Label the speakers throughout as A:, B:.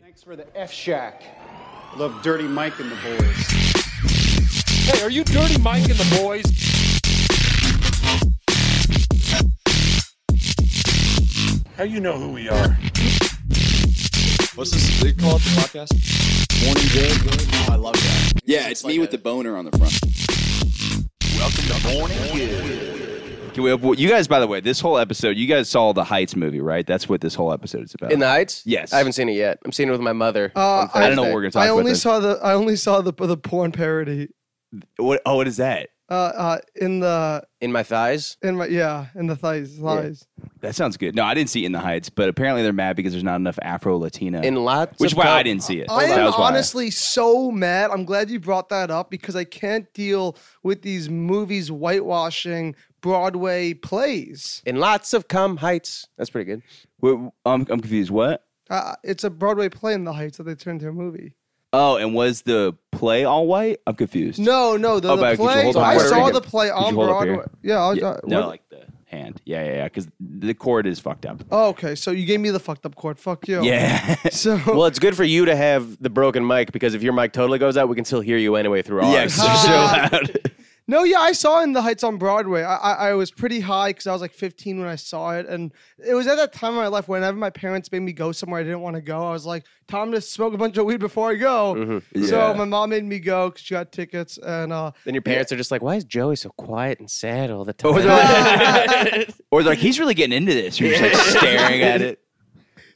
A: Thanks for the F Shack. Love Dirty Mike and the boys.
B: Hey, are you Dirty Mike and the boys? How you know who we are?
C: What's this? They call it the podcast?
D: Morning good, good. I love that.
E: Yeah, it's, me with the boner on the front.
D: Can we open, you guys, by the way, this whole episode, you guys saw the Heights movie, right? That's what this whole episode is about.
F: In the Heights?
D: Yes.
F: I haven't seen it yet. I'm seeing it with my mother.
G: Uh,
D: I don't know what we're gonna talk
G: I
D: about.
G: only
D: this.
G: saw the I only saw the the porn parody
D: what, oh, what is that?
G: uh, uh, in the
F: in my thighs.
G: in my yeah in the thighs thighs.
D: That sounds good. No, I didn't see In the Heights, but apparently they're mad because there's not enough Afro Latina.
F: In lots
D: which is
F: of
D: why
F: pub-
D: I didn't see it.
G: I
D: That
G: am
D: was why
G: honestly so mad. I'm glad you brought that up because I can't deal with these movies whitewashing Broadway plays.
F: In lots of cum heights. That's pretty good.
D: Wait, I'm, I'm confused. What?
G: Uh, it's a Broadway play in the Heights that they turned to a movie.
D: Oh, and was the play all white? I'm confused.
G: No, no, the,
D: Oh, but
G: the
D: could you
G: play.
D: hold on
G: I
D: Puerto
G: saw
D: Rican?
G: the play
D: Could you
G: on
D: hold up here?
G: Broadway. Yeah, I was,
D: Yeah,
G: uh,
D: no,
G: what-
D: like the hand. Yeah, yeah, yeah. Because the chord is fucked up.
G: oh, okay. So you gave me the fucked up chord. Fuck you.
D: Yeah.
G: So
F: Well, it's good for you to have the broken mic because if your mic totally goes out, we can still hear you anyway through all. Yeah.
D: yeah, 'cause you're so loud.
G: No, yeah, I saw In the Heights on Broadway. I, I, I was pretty high because I was like 15 when I saw it. And it was at that time in my life whenever my parents made me go somewhere I didn't want to go, I was like, time to smoke a bunch of weed before I go.
D: Yeah.
G: So my mom made me go because she got tickets. And uh,
F: Then your parents are just like, "Why is Joey so quiet and sad all the time?"
D: Or they're like, or they're like, he's really getting into this. You're just like staring at it.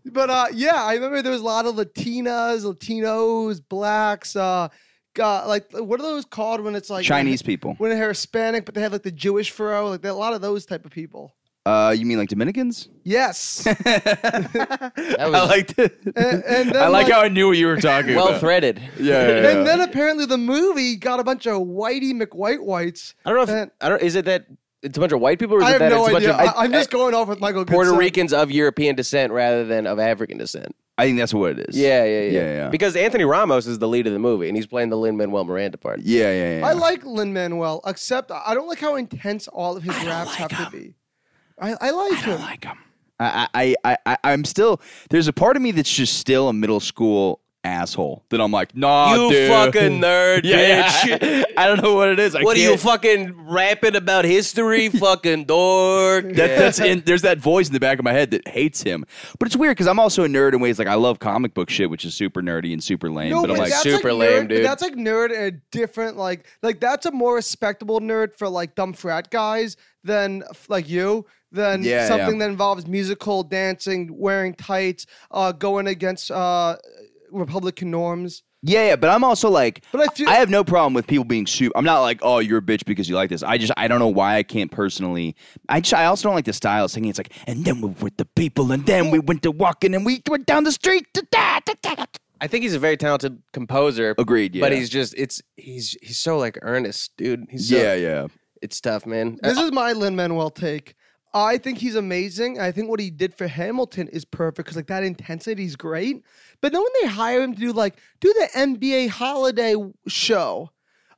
G: But uh, yeah, I remember there was a lot of Latinas, Latinos, blacks. Uh, got, like, what are those called when it's like
D: Chinese people.
G: When they're Hispanic, but they have like the Jewish fro, like a lot of those type of people.
D: Uh, you mean like Dominicans?
G: Yes.
D: I liked it.
G: and, and then,
D: I like
G: like-
D: how I knew what you were talking
F: well
D: about.
F: threaded.
D: yeah,
G: And then apparently the movie got a bunch of whitey McWhite whites.
F: I don't know. If,
G: And-
F: I don't. Is it that it's a bunch of white people? Or is
G: I have
F: it that
G: no
F: it's a bunch
G: idea.
F: Of,
G: I, am just going off with Michael
F: Puerto
G: Goodson.
F: Ricans of European descent rather than of African descent.
D: I think that's what it is.
F: Yeah, yeah, yeah.
D: Yeah, yeah.
F: Because Anthony Ramos is the lead of the movie, and he's playing the Lin Manuel Miranda part.
D: Yeah, yeah, yeah.
G: I like Lin Manuel, except I don't like how intense all of his raps have to be. I, I like
D: I
G: him.
D: don't like them. I, I, I, I, I'm still. There's a part of me that's just still a middle school asshole that I'm like, nah,
F: you
D: dude.
F: fucking nerd,
D: yeah,
F: bitch.
D: yeah. I don't know what it is. I
F: What are you
D: can't-
F: fucking rapping about history, fucking dork?
D: That, That's in. There's that voice in the back of my head that hates him. But it's weird because I'm also a nerd in ways like I love comic book shit, which is super nerdy and super lame. but I'm like,
G: that's
F: super
G: nerd,
F: lame,
G: but
F: dude.
G: That's like nerd and a different like like that's a more respectable nerd for like dumb frat guys than f- like you than
D: Yeah,
G: something
D: yeah.
G: that involves musical dancing, wearing tights, uh, going against uh, Republican norms.
D: yeah, yeah. But I'm also like,
G: But I feel
D: I have no problem with people being super. I'm not like, oh, you're a bitch because you like this. I just, I don't know why I can't personally. I just, I also don't like the style of singing. It's like, and then we were the people, and then we went to walking, and we went down the street. Da, da, da, da, da.
F: I think he's a very talented composer.
D: Agreed. Yeah.
F: But he's just it's he's he's so like earnest, dude. He's so,
D: yeah, yeah.
F: It's tough, man. Uh,
G: This is my Lin Manuel take. I think he's amazing. I think what he did for Hamilton is perfect because like that intensity is great. But then when they hire him to do like do the NBA holiday w- show,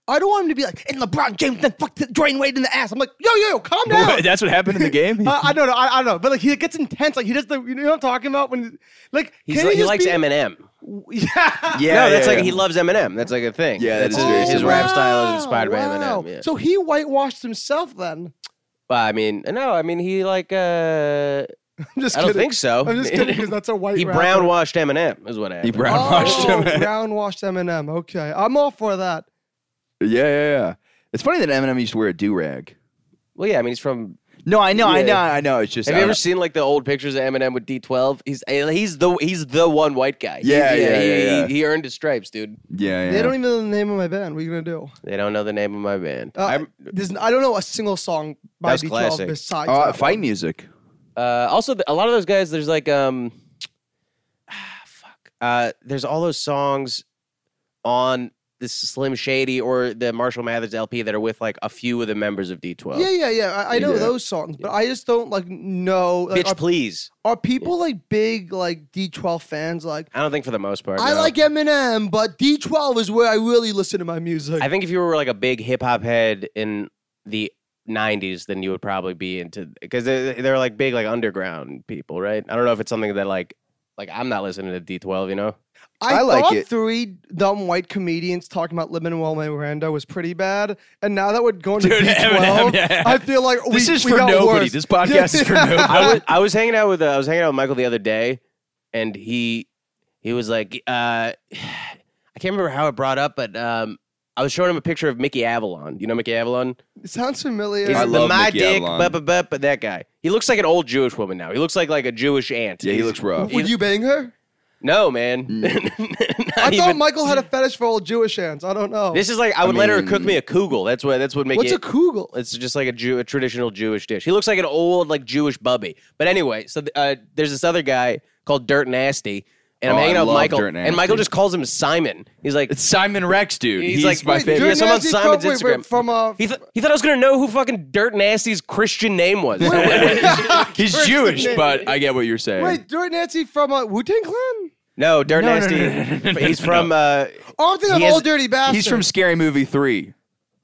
G: I don't want him to be like and LeBron James then fuck Dwayne Wade in the ass. I'm like yo yo yo calm down.
D: That's what happened in the game.
G: I, I don't know. I, I don't know. But like he gets intense. Like he does the you know what I'm talking about when like
F: He's
G: can
F: like,
G: he,
F: he
G: just
F: likes
G: be-
F: Eminem.
G: Yeah. Oh,
D: yeah,
F: no, that's
D: yeah,
F: like
D: yeah.
F: he loves Eminem. That's like a thing.
D: Yeah, that
F: that's
D: is very
F: his
D: similar.
F: rap style is inspired
G: wow.
F: by Eminem. Yeah.
G: So he whitewashed himself then.
F: Well, I mean, no, I mean he like uh
G: I'm just
F: I don't
G: kidding.
F: think so.
G: I'm just kidding because that's a white.
F: he
G: rapper.
F: brown washed Eminem is what happened.
D: He brownwashed
G: oh,
D: him.
G: Brown washed Eminem. Okay, I'm all for that.
D: Yeah, yeah, yeah. It's funny that Eminem used to wear a do rag.
F: Well, yeah, I mean he's from.
D: No, I know, I
F: Yeah.
D: know, I know. It's just
F: Have
D: I
F: you ever
D: don't-
F: seen like the old pictures of Eminem with D12? He's he's the he's the one white guy. He-
D: Yeah, yeah,
F: he,
D: yeah, yeah.
F: He, he earned his stripes, dude.
D: yeah, yeah.
G: They don't even know the name of my band. What are you gonna do?
F: They don't know the name of my band.
G: Uh,
F: I'm-
G: there's- I don't know a single song by
F: That's
G: B12
F: classic.
G: besides
D: Uh,
G: that
D: fight
G: one.
D: music.
F: Uh, also, th- a lot of those guys, there's like, um, fuck, uh, there's all those songs on this Slim Shady or the Marshall Mathers LP that are with like a few of the members of D12.
G: Yeah, yeah, yeah. I, I know
D: Yeah.
G: those songs, but I just don't like know. Like,
F: Bitch,
G: are,
F: please.
G: are people like big like D12 fans? Like
F: I don't think for the most part.
G: I
F: no.
G: like Eminem, but D12 is where I really listen to my music.
F: I think if you were like a big hip hop head in the 90s, then you would probably be into because they're, they're like big like underground people, right? I don't know if it's something that like Like I'm not listening to D12, you know.
G: I,
D: I like
G: thought
D: it.
G: three dumb white comedians talking about Lin Manuel Miranda was pretty bad, and now that we're going to
D: Dude,
G: D12,
D: Eminem, yeah.
G: I feel like
D: This
G: we,
D: is
G: we
D: for
G: got
D: nobody.
G: worse.
D: This podcast is for
G: Yeah.
D: nobody.
F: I was I was hanging out with uh, I was hanging out with Michael the other day, and he he was like, uh, I can't remember how it brought up, but um, I was showing him a picture of Mickey Avalon. You know Mickey Avalon?
G: It sounds familiar.
F: He's
D: I
F: the
D: love
F: my
D: Mickey
F: dick,
D: Avalon.
F: but, but, but, but that guy. He looks like an old Jewish woman now. He looks like like a Jewish aunt.
D: Yeah, he looks Mm. rough.
G: Would you bang her?
F: No, man.
G: I
F: Not
G: thought
F: even-
G: Michael had a fetish for old Jewish hands. I don't
D: Oh.
G: know.
F: This is like I would let her cook me a kugel. That's what that's what make
G: What's
F: it.
G: a kugel?
F: It's just like a Jew, a traditional Jewish dish. He looks like an old like Jewish bubby. But anyway, so th- uh, there's this other guy called Dirt Nasty, and I'm
D: Oh,
F: hanging
D: I
F: out with
D: love
F: Michael,
D: Dirt
F: and Michael
D: Nasty.
F: just calls him Simon. He's like,
D: It's Simon Rex, dude.
F: he's,
D: He's,
F: like
D: my
G: Wait,
D: favorite.
F: Yeah,
G: Dirty
F: someone on
G: Nasty
F: Simon's
G: from- wait, wait,
F: Instagram.
G: from uh, a
F: he, th- he thought I was gonna know who fucking Dirt Nasty's Christian name was.
D: He's Jewish, but I get what you're saying.
G: wait, Dirty Nancy from a Wu Tang Clan.
F: no, Dirt
D: No, no,
F: Nasty.
D: no, no, no, no, no,
F: he's
D: no.
F: from. Uh,
G: Oh, I'm thinking
F: He
G: of
F: has-
G: Old Dirty Bastard.
D: He's from Scary Movie Three.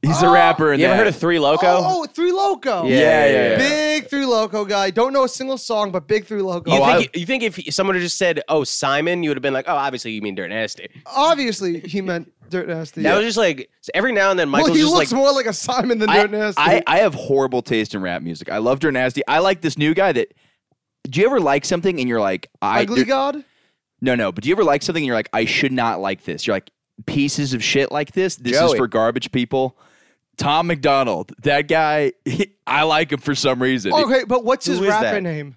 D: He's the
G: Oh!
D: rapper. In
F: you ever
D: that.
F: heard of Three Loco?
G: Oh, oh, Three Loco.
D: Yeah, yeah, yeah.
G: Big Three Loco guy. Don't know a single song, but big Three Loco.
F: You,
D: Oh, I-
F: think, you think if someone had just said, "Oh, Simon," you would have been like, "Oh, obviously you mean Dirt Nasty."
G: Obviously, he meant Dirt Nasty.
F: That was just like so every now and then
G: well,
F: Michael's
G: he
F: just
G: looks
F: like,
G: more like a Simon than Dirt
D: I,
G: Nasty.
D: I, I have horrible taste in rap music. I love Dirt Nasty. I like this new guy that. Do you ever like something and you're like, I
G: Ugly
D: there-
G: God.
D: no no? But do you ever like something and you're like, I should not like this? You're like pieces of shit like this. This
F: Joey.
D: is for garbage people. Tom McDonald, that guy, I like him for some reason.
G: Okay, but what's
F: Who
G: his
F: is
G: rapper
F: that?
G: name?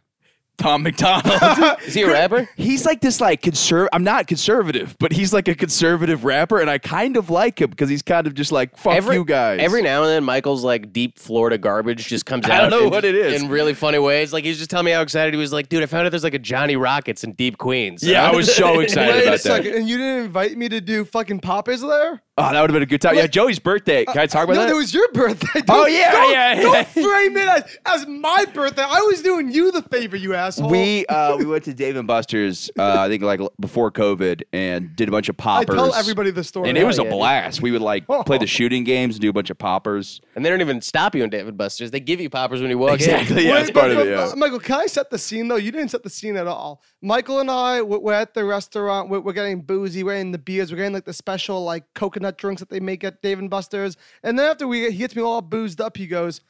D: Tom McDonald.
F: "Is he a rapper?"
D: he's like this like conservative. I'm not conservative, but he's like a conservative rapper, and I kind of like him because he's kind of just like fuck
F: every
D: you guys.
F: Every now and then, Michael's like deep Florida garbage just comes out.
D: I don't know
F: in-
D: what it is.
F: in really funny ways. Like he's just telling me how excited he was. Like, dude, I found out there's like a Johnny Rockets in Deep Queens.
D: yeah, I was so excited
G: Wait a
D: about that.
G: second, and you didn't invite me to do fucking Pop Is There?
D: Oh, that would have been a good time. Yeah,
G: Wait.
D: Joey's birthday. Can I talk about
G: no,
D: that?
G: that was your birthday.
D: Oh,
G: Don't-
D: yeah,
G: don't,
D: yeah,
G: Don't
D: yeah.
G: frame it as, as my birthday. I was doing you the favor, you asshole.
D: we uh, we went to Dave and Buster's. Uh, I think like l- before COVID, and did a bunch of
G: I
D: poppers.
G: tell everybody the story.
D: and it was
F: Oh,
D: a
F: yeah.
D: blast. We would like play the shooting games and do a bunch of poppers.
F: and they don't even stop you in David Buster's. They give you poppers when you walk in.
D: Exactly. Yeah,
G: Wait,
D: that's part of
G: but-
D: it. Yeah.
G: but, Michael, can I set the scene though? You didn't set the scene at all. Michael and I, we're, we're at the restaurant. We're, we're getting boozy. We're getting the beers. We're getting like the special like coconut drinks that they make at Dave and Buster's. And then after we, he gets me all boozed up. He goes,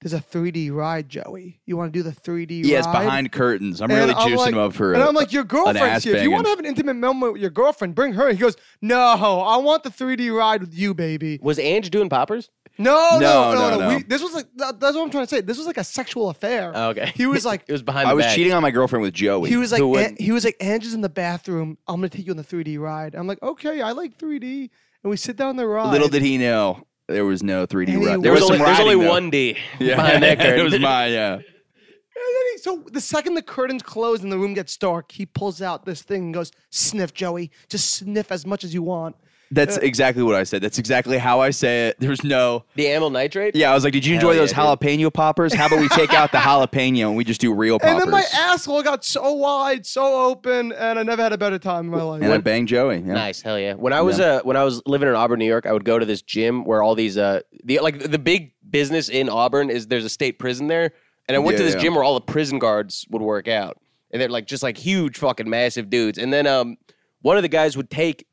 G: "There's a 3D ride, Joey. You want to do the 3D
D: Yeah, it's
G: ride?"
D: behind curtains. I'm
G: And
D: really juicing
G: like,
D: him up for.
G: and
D: a-
G: I'm like, your girlfriend's
D: ass
G: here. If you
D: banging.
G: want to have an intimate moment with your girlfriend, bring her. He goes, no, I want the 3D ride with you, baby.
F: Was Ange doing poppers?
G: No, no,
D: No,
G: no, no.
D: no, no.
G: We, this was like that, that's what I'm trying to say. This was like a sexual affair.
F: Oh, okay.
G: He was like,
F: It was behind. The
D: I was
F: back.
D: cheating on my girlfriend with Joey.
G: he was like,
F: Who
G: "An-
F: wouldn't?
G: he was like, Angie's in the bathroom. I'm gonna take you on the 3D ride. I'm like, okay, I like 3D. And we sit down the ride.
D: Little did he know there was no 3D
G: Anyway.
D: ride. There
F: There
D: was
F: was
D: some
F: only, there's
D: riding,
F: only
D: though.
F: one D
D: Yeah.
F: behind that curtain.
D: it was mine. Yeah.
G: And then he- so the second the curtains close and the room gets dark, he pulls out this thing and goes, sniff, Joey. Just sniff as much as you want.
D: That's exactly what I said. That's exactly how I say it. There was no.
F: The amyl nitrate.
D: Yeah, I was like, did you
F: Hell
D: enjoy those
F: yeah,
D: jalapeno poppers? How about we take out the jalapeno and we just do real poppers?
G: And then my asshole got so wide, so open, and I never had a better time in my life.
D: And I banged Joey. Yeah.
F: Nice, hell yeah! When I was uh, when I was living in Auburn, New York, I would go to this gym where all these uh, the like the big business in Auburn is there's a state prison there, and I went to
D: Yeah,
F: this
D: yeah.
F: gym where all the prison guards would work out, and they're like just like huge fucking massive dudes, and then um one of the guys would take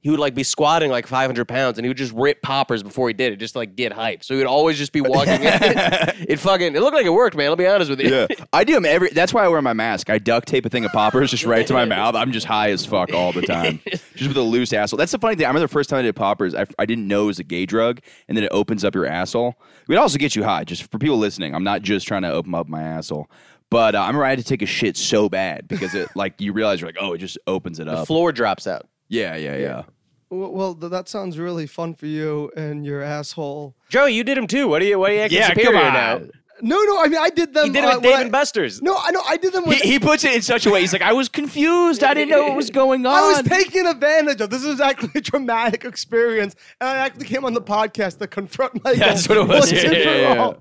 F: he would like be squatting like 500 pounds and he would just rip poppers before he did it just to, like get hype so he would always just be walking in. it fucking it looked like it worked man i'll be honest with you
D: Yeah, I do 'em every. That's why I wear my mask. I duct tape a thing of poppers just right to my mouth. I'm just high as fuck all the time, just with a loose asshole. That's the funny thing. I remember the first time I did poppers, I, I didn't know it was a gay drug, and then it opens up your asshole. It also gets you high. Just for people listening, I'm not just trying to open up my asshole, but uh, I remember I had to take a shit so bad because it like you realize you're like, oh, it just opens it
F: the
D: up.
F: floor drops out
D: yeah, yeah, yeah.
G: Well, well, th- that sounds really fun for you and your asshole.
F: joey you did him too what are you what are you acting superior now
G: No, no, I mean I did them.
F: you did
G: uh,
F: it
G: when
F: with dave
G: I-
F: and buster's
G: No, I know I did them with.
D: He, he puts it in such a way. He's like, I was confused. I didn't know what was going on.
G: I was taken advantage of. This was actually a traumatic experience, and I actually came on the podcast to confront Michael.
D: that's what it was.
G: once
D: Yeah,
G: and
D: yeah,
G: for
D: yeah, yeah.
G: all.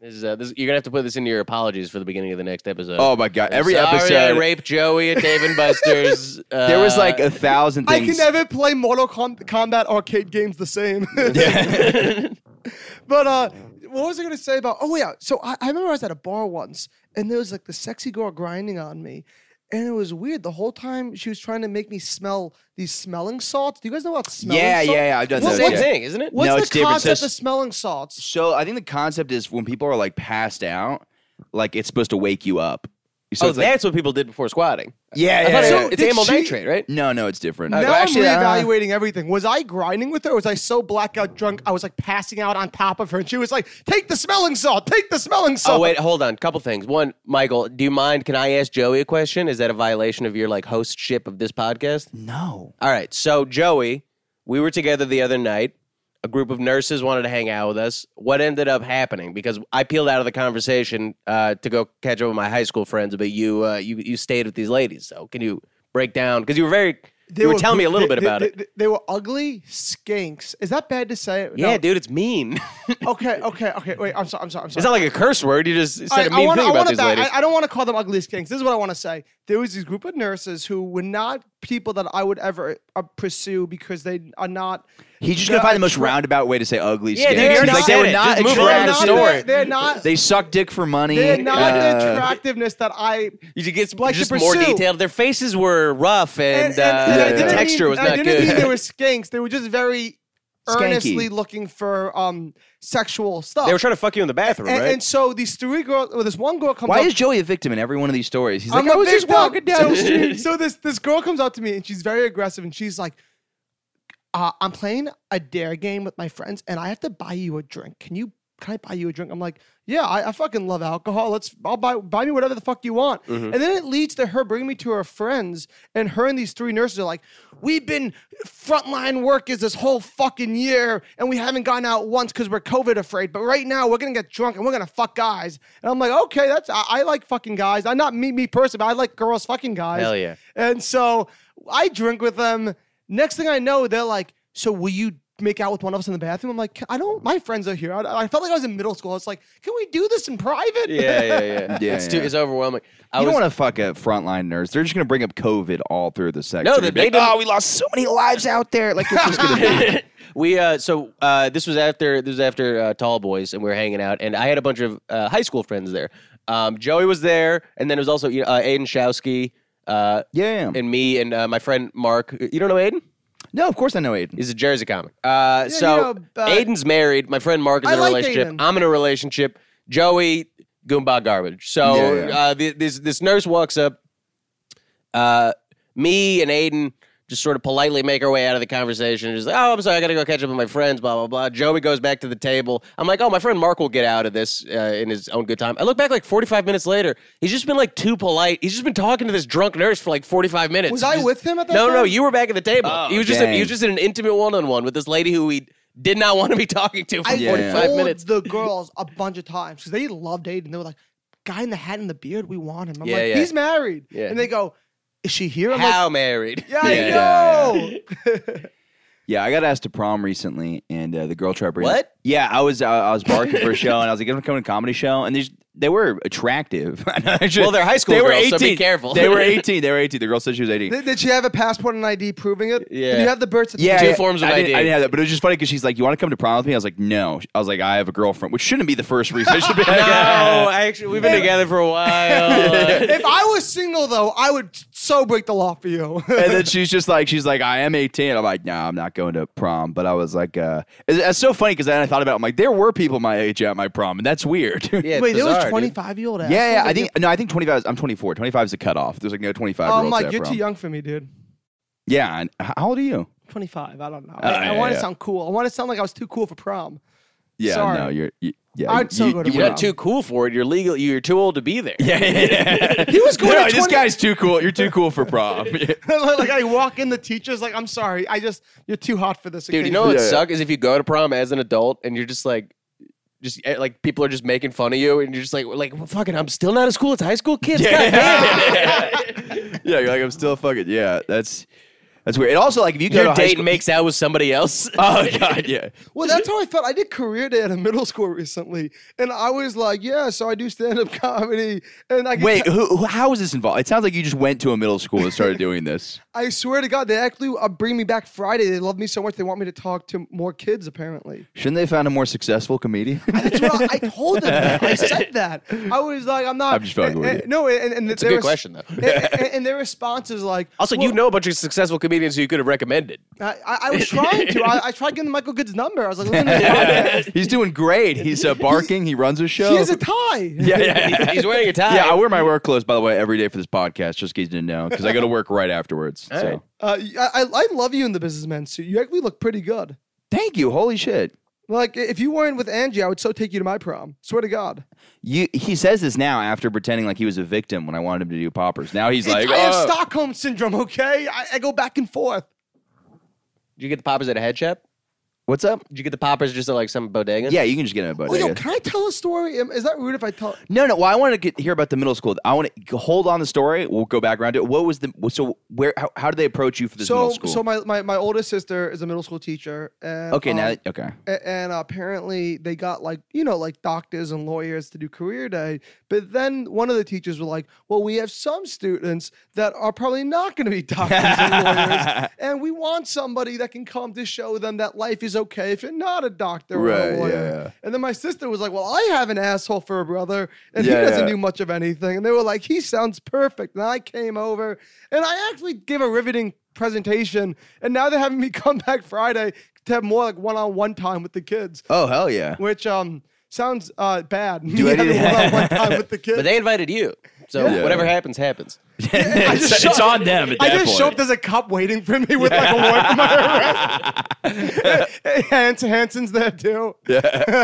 F: This is, uh, this, you're gonna have to put this into your apologies for the beginning of the next episode.
D: Oh my god!
F: I'm
D: Every
F: sorry
D: episode,
F: I raped Joey at Dave and Buster's. Uh,
D: there was like a thousand
G: I
D: things.
G: can never play Mortal Com- Kombat arcade games the same. but uh, what was I going to say about? Oh yeah, so I, I remember I was at a bar once, and there was like the sexy girl grinding on me, And it was weird. The whole time she was trying to make me smell these smelling salts. Do you guys know about smelling
D: Yeah,
G: salts?
D: yeah, yeah. I've done
G: What-
D: those.
G: What's
F: Same
D: yeah.
F: thing, isn't it?
G: What's
D: No,
G: the
D: it's different. It
G: concept
D: says-
G: of smelling salts?
D: So I think the concept is when people are like passed out, like it's supposed to wake you up. So
F: oh,
D: it's like,
F: that's what people did before squatting. I
D: yeah, yeah,
F: thought
D: yeah.
G: So
F: it, it's
G: did
F: amyl
G: she-
F: nitrate, right?
D: no, no, it's different.
F: Uh,
G: Now
F: well, actually,
G: I'm
F: uh,
G: reevaluating everything. Was I grinding with her? Was I so blackout drunk I was like passing out on top of her? And she was like, "Take the smelling salt. Take the smelling salt."
F: Oh wait, hold on. Couple things. One, Michael, do you mind? Can I ask Joey a question? Is that a violation of your like hostship of this podcast?
D: no.
F: All right. So Joey, we were together the other night. A group of nurses wanted to hang out with us. What ended up happening? Because I peeled out of the conversation uh, to go catch up with my high school friends, but you uh, you you stayed with these ladies. So can you break down? Because you were very
G: They
F: you were, telling me a
G: gr-
F: little
G: they-
F: bit
G: they-
F: about
G: they,
F: it.
G: They, they were ugly skinks. Is that bad to say?
F: yeah,
G: No.
F: dude, it's mean.
G: Okay, okay, okay. Wait, I'm sorry. I'm sorry. I'm sorry.
F: it's not like a curse word. You just said
G: All right,
F: a mean
G: wanna-
F: thing about
G: wanna
F: these
G: back-
F: ladies.
G: I, I don't want to call them ugly skinks. This is what I want to say. There was this group of nurses who were not people that I would ever uh, pursue because they are not.
D: He's just gonna
G: No,
D: find
G: I
D: the most
G: try-
D: roundabout way to say ugly
F: Yeah,
D: skin.
F: dude,
D: It's
G: you
D: like they
G: said
D: were
G: it.
D: not
F: Just move
G: They're
F: around the
G: not
D: attracted.
F: store.
G: the- They're not.
D: They suck dick for money.
G: They're not
D: Uh,
G: the attractiveness that I
F: You get
G: like to
F: just more
G: pursue.
F: detailed. Their faces were rough, and,
G: and
F: uh,
G: I
F: the
G: didn't
F: texture
G: mean-
F: was
G: I
F: not
G: didn't mean
F: good.
G: they were skinks. They were just very
D: Skanky.
G: earnestly looking for um sexual stuff.
F: They were trying to fuck you in the bathroom,
G: and,
F: right?
G: and so these three girls, well, this one girl comes.
D: Why
G: up,
D: is Joey a victim in every one of these stories? He's
G: I'm
D: like, I
G: a
D: was just
G: victim."
D: walking down the
G: So-
D: street.
G: So this this girl comes up to me and she's very aggressive and she's like, uh, "I'm playing a dare game with my friends and I have to buy you a drink. Can you?" Can I buy you a drink? I'm like, yeah, I, I fucking love alcohol. Let's, I'll buy, buy me whatever the fuck you want.
F: Mm-hmm.
G: And then it leads to her bringing me to her friends, and her and these three nurses are like, we've been frontline workers this whole fucking year, and we haven't gone out once because we're COVID afraid. But right now, we're gonna get drunk and we're gonna fuck guys. And I'm like, okay, that's I, I like fucking guys. I'm not me me person, but I like girls fucking guys.
F: Hell yeah.
G: And so I drink with them. Next thing I know, they're like, "So will you make out with one of us in the bathroom?" I'm like, "I don't. My friends are here." I, I felt like I was in middle school. It's like, "Can we do this in private?"
F: yeah, yeah, yeah.
D: Yeah,
F: it's
D: yeah.
F: too. It's overwhelming. I
D: You
F: was.
D: don't want to fuck a frontline nurse. They're just going to bring up COVID all through the sex.
F: No, they-
D: They're gonna be like,
F: they didn't-
D: oh, we lost so many lives out there. Like, it's just going to be.
F: we uh, so uh, this was after this was after uh, Tall Boys, and we were hanging out, and I had a bunch of uh, high school friends there. Um, Joey was there, and then it was also you know, uh, Aiden Showsky, uh,
D: Yeah.
F: and me, and uh, my friend Mark. You don't know Aiden?
D: No, of course I know Aiden.
F: He's a Jersey comic. Uh, so
G: you know, uh,
F: Aiden's married. My friend Mark is
G: I
F: in a
G: like
F: relationship.
G: Aiden.
F: I'm in a relationship. Joey Goomba garbage. So
D: Yeah, yeah.
F: Uh, thi- this this nurse walks up. Uh, me and Aiden just sort of politely make our way out of the conversation. Just like, oh, I'm sorry, I gotta go catch up with my friends. Blah blah blah. Joey goes back to the table. I'm like, oh, my friend Mark will get out of this uh, in his own good time. I look back like 45 minutes later. He's just been like too polite. He's just been talking to this drunk nurse for like 45 minutes.
G: Was I
F: Just-
G: with him at that
F: No, no,
G: time?
F: you you were back at the table.
D: Oh,
F: he was just in, he
D: dang.
F: was just in an intimate one on one with this lady who we did not want to be talking to for
G: I
D: Yeah.
F: forty five
G: told
F: minutes.
G: the girls a bunch of times because they loved Aiden. They were like, "Guy in the hat and the beard, we want him." I'm
F: Yeah,
G: like,
F: yeah.
G: "He's married,"
F: Yeah.
G: and they go, "Is she here?" I'm like,
F: How married?
G: "Yeah, I
D: Yeah, yeah,
G: know."
D: Yeah, I got asked to prom recently, and uh, the girl tried bringing.
F: What?
D: Yeah, I was uh, I was barking for a show, and I was like, "I'm coming to a comedy show," and they just- they were attractive. I should-
F: Well, they're high school
D: They were
F: girls, so
D: 18.
F: be careful.
D: They were 18. They were 18. The girl said she was 18.
G: Did, did she have a passport and ID proving it?
F: Yeah.
G: Did you have the birth
D: yeah,
G: certificate?
F: Two
D: yeah,
F: forms of
D: I Didn't,
F: ID.
D: I didn't have that, but it was just funny because she's like, "You want to come to prom with me?" I was like, "No." I was like, "I have a girlfriend," which shouldn't be the first reason. It should be like,
F: No, Oh, actually, we've been together for a while.
G: If I was single though, I would so break the law for you.
D: and then she's just like, she's like, I am 18. I'm like, no, I'm not going to prom. But I was like, uh, it's, it's so funny because then I thought about, it. I'm like, there were people my age at my prom, and that's weird. Yeah,
F: Yeah,
G: Wait, there was
F: bizarre,
G: twenty
F: dude.
G: five year old.
D: yeah, I think no, I think 25. Is, I'm 24. 25 is the cutoff. There's like no 25.
G: Oh,
D: -year-olds
G: I'm like,
D: at
G: you're
D: prom.
G: too young for me, dude.
D: Yeah, and h- how old are you?
G: Twenty five. I don't know.
D: Oh,
G: I,
D: yeah,
G: want to
D: yeah.
G: sound cool. I want to sound like I was too cool for prom.
D: Yeah,
G: Sorry.
D: no, you're. You, yeah,
G: I'd still
D: you-
G: go to prom.
F: You're
D: you wouldn't-
F: not too cool for it. You're legal. You're too old to be there.
D: Yeah, yeah, he
G: was going
D: No,
G: to
D: this
G: 20
D: guy's too cool. You're too cool for prom. Yeah.
G: like like I walk in, the teacher's like, "I'm sorry, I just you're too hot for this."
F: Dude, you
G: occasion."
F: know what
D: Yeah.
F: suck is if you go to prom as an adult and you're just like, just eh, like people are just making fun of you, and you're just like, like well, fucking, I'm still not as cool as high school kids. God damn it.
D: yeah, you're like I'm still fucking. Yeah, that's That's weird. And also, like, if you go
F: Your
D: to high
F: date
D: school-
F: makes out with somebody else.
D: Oh god, yeah.
G: Well, that's how I felt. I did career day at a middle school recently, and I was like, "Yeah, so I do stand up comedy." And I could
D: Wait,
G: te-
D: who, who? How is this involved? It sounds like you just went to a middle school and started doing this.
G: I swear to God, they actually uh, bring me back Friday. They love me so much they want me to talk to more kids. Apparently,
D: Shouldn't they have found a more successful comedian?
G: That's what I, I told them. That. I said that. I was like, "I'm not."
D: I'm just fucking with
G: eh, eh,
D: you.
G: No, and, and
C: It's a good question though.
G: And, and- and their response is like,
F: Also, you
G: "Well,
F: know a bunch of successful comedians who you could have recommended.
G: I, I, I was trying to. I, I tried getting Michael Good's number. I was like, "Listen to this podcast.
D: He's doing great. He's uh, barking. He runs a show.
G: he has a tie."
D: yeah, yeah, yeah.
F: He's wearing a tie.
D: Yeah, I wear my work clothes by the way every day for this podcast, just in case you didn't know, because I go to work right afterwards. So
G: Uh, I, I I love you in the businessman suit. You actually look pretty good.
D: thank you. Holy shit.
G: Like if you weren't with Angie, I would so take you to my prom. Swear to God.
D: You, he says this now after pretending like he was a victim when I wanted him to do poppers. Now he's like,
G: I have
D: "Oh."
G: Stockholm syndrome. Okay, I, I go back and forth.
F: Did you get the poppers at a head shop?
D: what's up?
F: Did you get the poppers just at like some bodega?
D: Yeah, you can just get him a
G: Oh, yo,
D: bodega.
G: can I tell a story? Am- Is that rude if I tell?
D: No, no. Well, I want to get, hear about the middle school. I want to hold on the story. We'll go back around to it. What was the so where? How, how did they approach you for this
G: So,
D: middle school?
G: so my, my my oldest sister is a middle school teacher. And,
D: okay, now
G: um,
D: that- okay.
G: a- and apparently they got like you know like doctors and lawyers to do career day but then one of the teachers were like well we have some students that are probably not going to be doctors and lawyers and we want somebody that can come to show them that life is okay if you're not a doctor or a
D: Right,
G: lawyer
D: yeah.
G: and then my sister was like well i have an asshole for a brother and
D: Yeah,
G: he doesn't
D: yeah.
G: do much of anything and they were like he sounds perfect and i came over and i actually gave a riveting presentation and now they're having me come back friday to have more like one-on-one time with the kids
D: Oh hell yeah.
G: which um sounds uh bad.
D: Do I need to-
G: one time with the
F: But
G: kid?
F: they invited you. So
D: Yeah.
F: whatever happens, happens.
D: it's,
G: just
D: it's
G: show-
D: on them at
G: I
D: that
G: just
D: point.
G: show up. There's a cup waiting for me with like a warrant for my arrest. Hans, Hanson's there too.
D: Why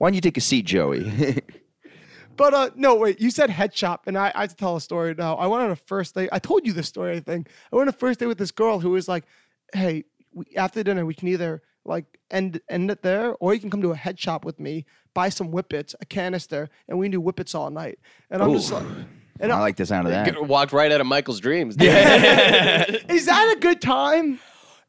D: don't you take a seat, Joey?
G: But uh, no, wait. You said head shop, and I, I have to tell a story now. I went on a first date. I told you this story, I think. I went on a first date with this girl who was like, "Hey, we, after dinner, we can either like end end it there, or you can come to a head shop with me, buy some whippets, a canister, and we can do whippets all night." And I'm just
D: Ooh.
G: like, and
D: I like the sound of that.
F: Walked right out of Michael's dreams.
G: Is that a good time?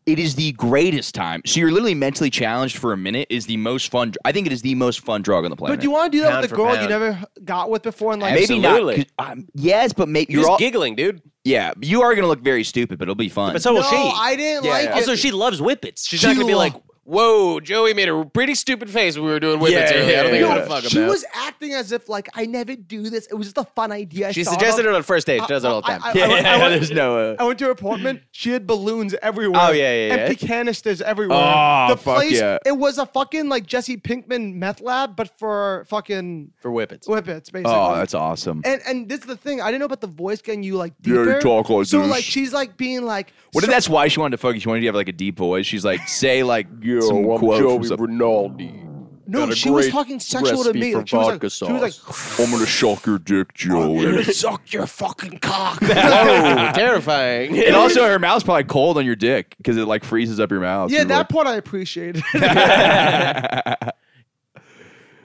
D: It is the greatest time. So you're literally mentally challenged for a minute. Is the most fun. I think it is the most fun drug on the planet.
G: But do you want to do that
F: Pound
G: with a
F: for
G: girl you
F: pound.
G: never got with before? And like,
D: maybe not.
F: Absolutely.
D: 'cause I'm- yes, but maybe
F: You're
D: you're
F: just
D: all.
F: giggling, dude.
D: yeah, you are gonna look very stupid, but it'll be fun.
F: But so
G: no,
F: will she.
G: I didn't like it.
F: Also, she loves whippets. She's
G: She
F: not gonna be
G: lo-
F: like, "Whoa, Joey made a pretty stupid face when we were doing whippets
D: Yeah,
F: earlier." I don't think
D: yeah,
F: I
D: yeah.
F: want to fuck him
G: she
F: now."
G: was acting as if like I never do this. It was just a fun idea. I
F: she
G: thought
F: suggested
G: of.
F: it on first date. She does it all the
G: I-
F: time.
G: I- I- I- I- I-
D: there's no. Uh,
G: I went to her apartment. She had balloons everywhere.
D: Oh, yeah, yeah,
G: Empty
D: yeah.
G: canisters everywhere.
D: Oh,
G: the
D: fuck
G: place.
D: yeah.
G: It was a fucking like Jesse Pinkman meth lab, but for fucking
F: for whippets.
G: whippets, basically.
D: oh, that's awesome.
G: and and this is the thing. I didn't know about the voice getting you like
D: Yeah, you
G: deeper.
D: talk like
G: so
D: this.
G: like she's like being like.
D: What if
G: so-
D: that's why she wanted to focus? She wanted to have like a deep voice. She's like, say like some quote from some-
B: Rinaldi.
G: No, she was talking sexual to me. Like, she, was like, she was like,
B: I'm gonna shock your dick, Joey.
F: Suck your fucking cock. Whoa, terrifying.
D: And also, her mouth's probably cold on your dick because it like freezes up your mouth.
G: Yeah,
D: You're
G: that
D: like-
G: part I appreciated. but yeah. Uh,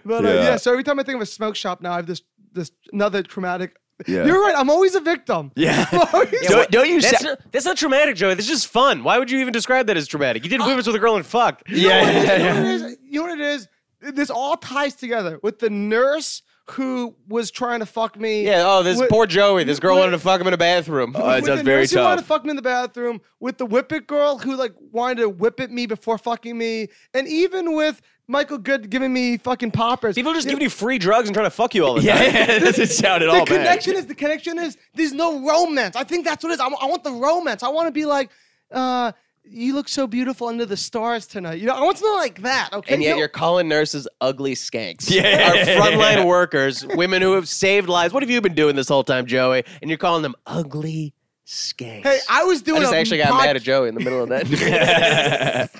D: Yeah.
G: yeah, so every time I think of a smoke shop now, I have this this another traumatic.
D: Yeah.
G: You're right. I'm always a victim.
D: Yeah.
G: I'm always-
D: don't, don't you?
F: That's
D: sa-
F: not, that's not traumatic, Joey. That's just fun. Why would you even describe that as traumatic? You did whippets with a girl and fucked.
D: yeah, yeah,
G: You know
D: yeah.
G: what it is? You know what it is? This all ties together with the nurse who was trying to fuck me.
F: Yeah. Oh, this
G: With-
F: poor Joey. This girl
G: Wait.
F: wanted to fuck him in a bathroom.
D: Uh, it
G: with
D: sounds
G: the
D: very
G: nurse who wanted to
D: tough.
G: fuck me in the bathroom, with the whip it girl who like wanted to whip at me before fucking me, and even with Michael Good giving me fucking poppers.
F: People just giving you free drugs and trying to fuck you all the time.
D: Yeah, it doesn't sound at
G: the
D: all bad.
G: connection is the connection is there's no romance. I think that's what it is. I, wa- I want the romance. I want to be like, uh, you look so beautiful under the stars tonight. You know, I want something like that. Okay,
F: And yet
G: No-
F: you're calling nurses ugly skanks.
D: Yeah.
F: Our frontline workers, women who have saved lives. What have you been doing this whole time, Joey? And you're calling them ugly skanks.
G: Hey, I was doing.
F: I just
G: a
F: actually got
G: pod-
F: mad at Joey in the middle of that.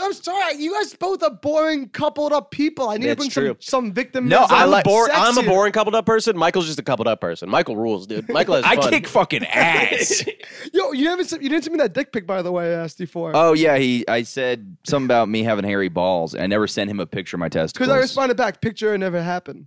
G: I'm sorry, you guys both are boring, coupled up people. I need
F: That's
G: to bring
F: true.
G: some some victim.
D: No, I
F: I'm,
D: like-
F: a bor- I'm a
G: sexier.
F: boring coupled up person. Michael's just a coupled up person. Michael rules, dude. Michael has
D: I
F: fun.
D: kick fucking ass.
G: Yo, you haven't sent- you didn't send me that dick pic by the way. I asked you for
D: oh yeah, he. I said something about me having hairy balls. I never sent him a picture of my testicles.
G: because I responded back. Picture it never happened.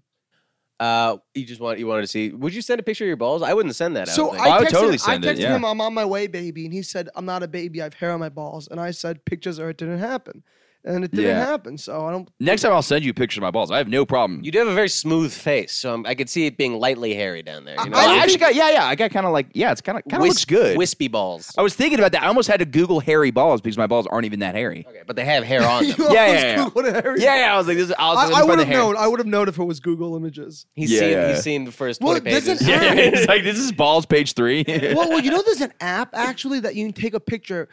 F: Uh, you just want you wanted to see. Would you send a picture of your balls? I wouldn't send that.
G: So
F: I, don't
D: Oh,
F: think.
D: I would
G: texted-
D: totally send
G: I
D: it,
G: texted
D: yeah.
G: him, "I'm on my way, baby," and he said, "I'm not a baby. I have hair on my balls." And I said, "Pictures or it didn't happen," and it didn't
D: Yeah.
G: happen. So I don't.
D: Next time I'll send you pictures of my balls. I have no problem.
F: you do have a very smooth face, so i I could see it being lightly hairy down there. You know,
D: Well, I
F: Like
D: Oh, actually got yeah, yeah. I got kind of like yeah, it's kind of kind of
F: wisp-
D: looks good.
F: Wispy balls.
D: I was thinking about that. I almost had to Google hairy balls because my balls aren't even that hairy.
F: Okay, but they have hair on them.
G: You
D: Yeah,
G: always
D: yeah, yeah.
G: Googled it, Harry.
D: Yeah, yeah. I was like, this. Is, I, was
G: I,
D: looking
G: I
D: for
G: would
D: the
G: have
D: hair.
G: known. I would have known if it was Google Images.
F: He's
D: Yeah,
F: seen.
D: yeah.
F: He's seen the first
G: Well,
F: twenty pages.
G: doesn't-
D: Yeah, it's like this is balls page three.
G: well, well, you know, there's an app actually that you can take a picture,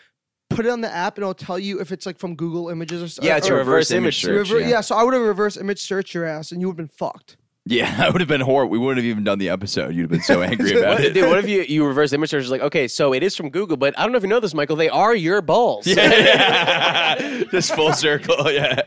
G: put it on the app, and it'll tell you if it's like from Google Images or something.
D: yeah, it's
F: or
D: a
G: or,
D: reverse image search.
G: rever- yeah.
D: yeah.
G: so I would have reverse image searched your ass, and you would have been fucked.
D: Yeah, that would have been horrible. We wouldn't have even done the episode. You'd have been so angry about
F: What,
D: it.
F: dude, what if you, you reverse image search? It's Like, okay, so it is from Google, but I don't know if you know this, Michael. They are your balls.
D: Yeah. Just full circle. Yeah.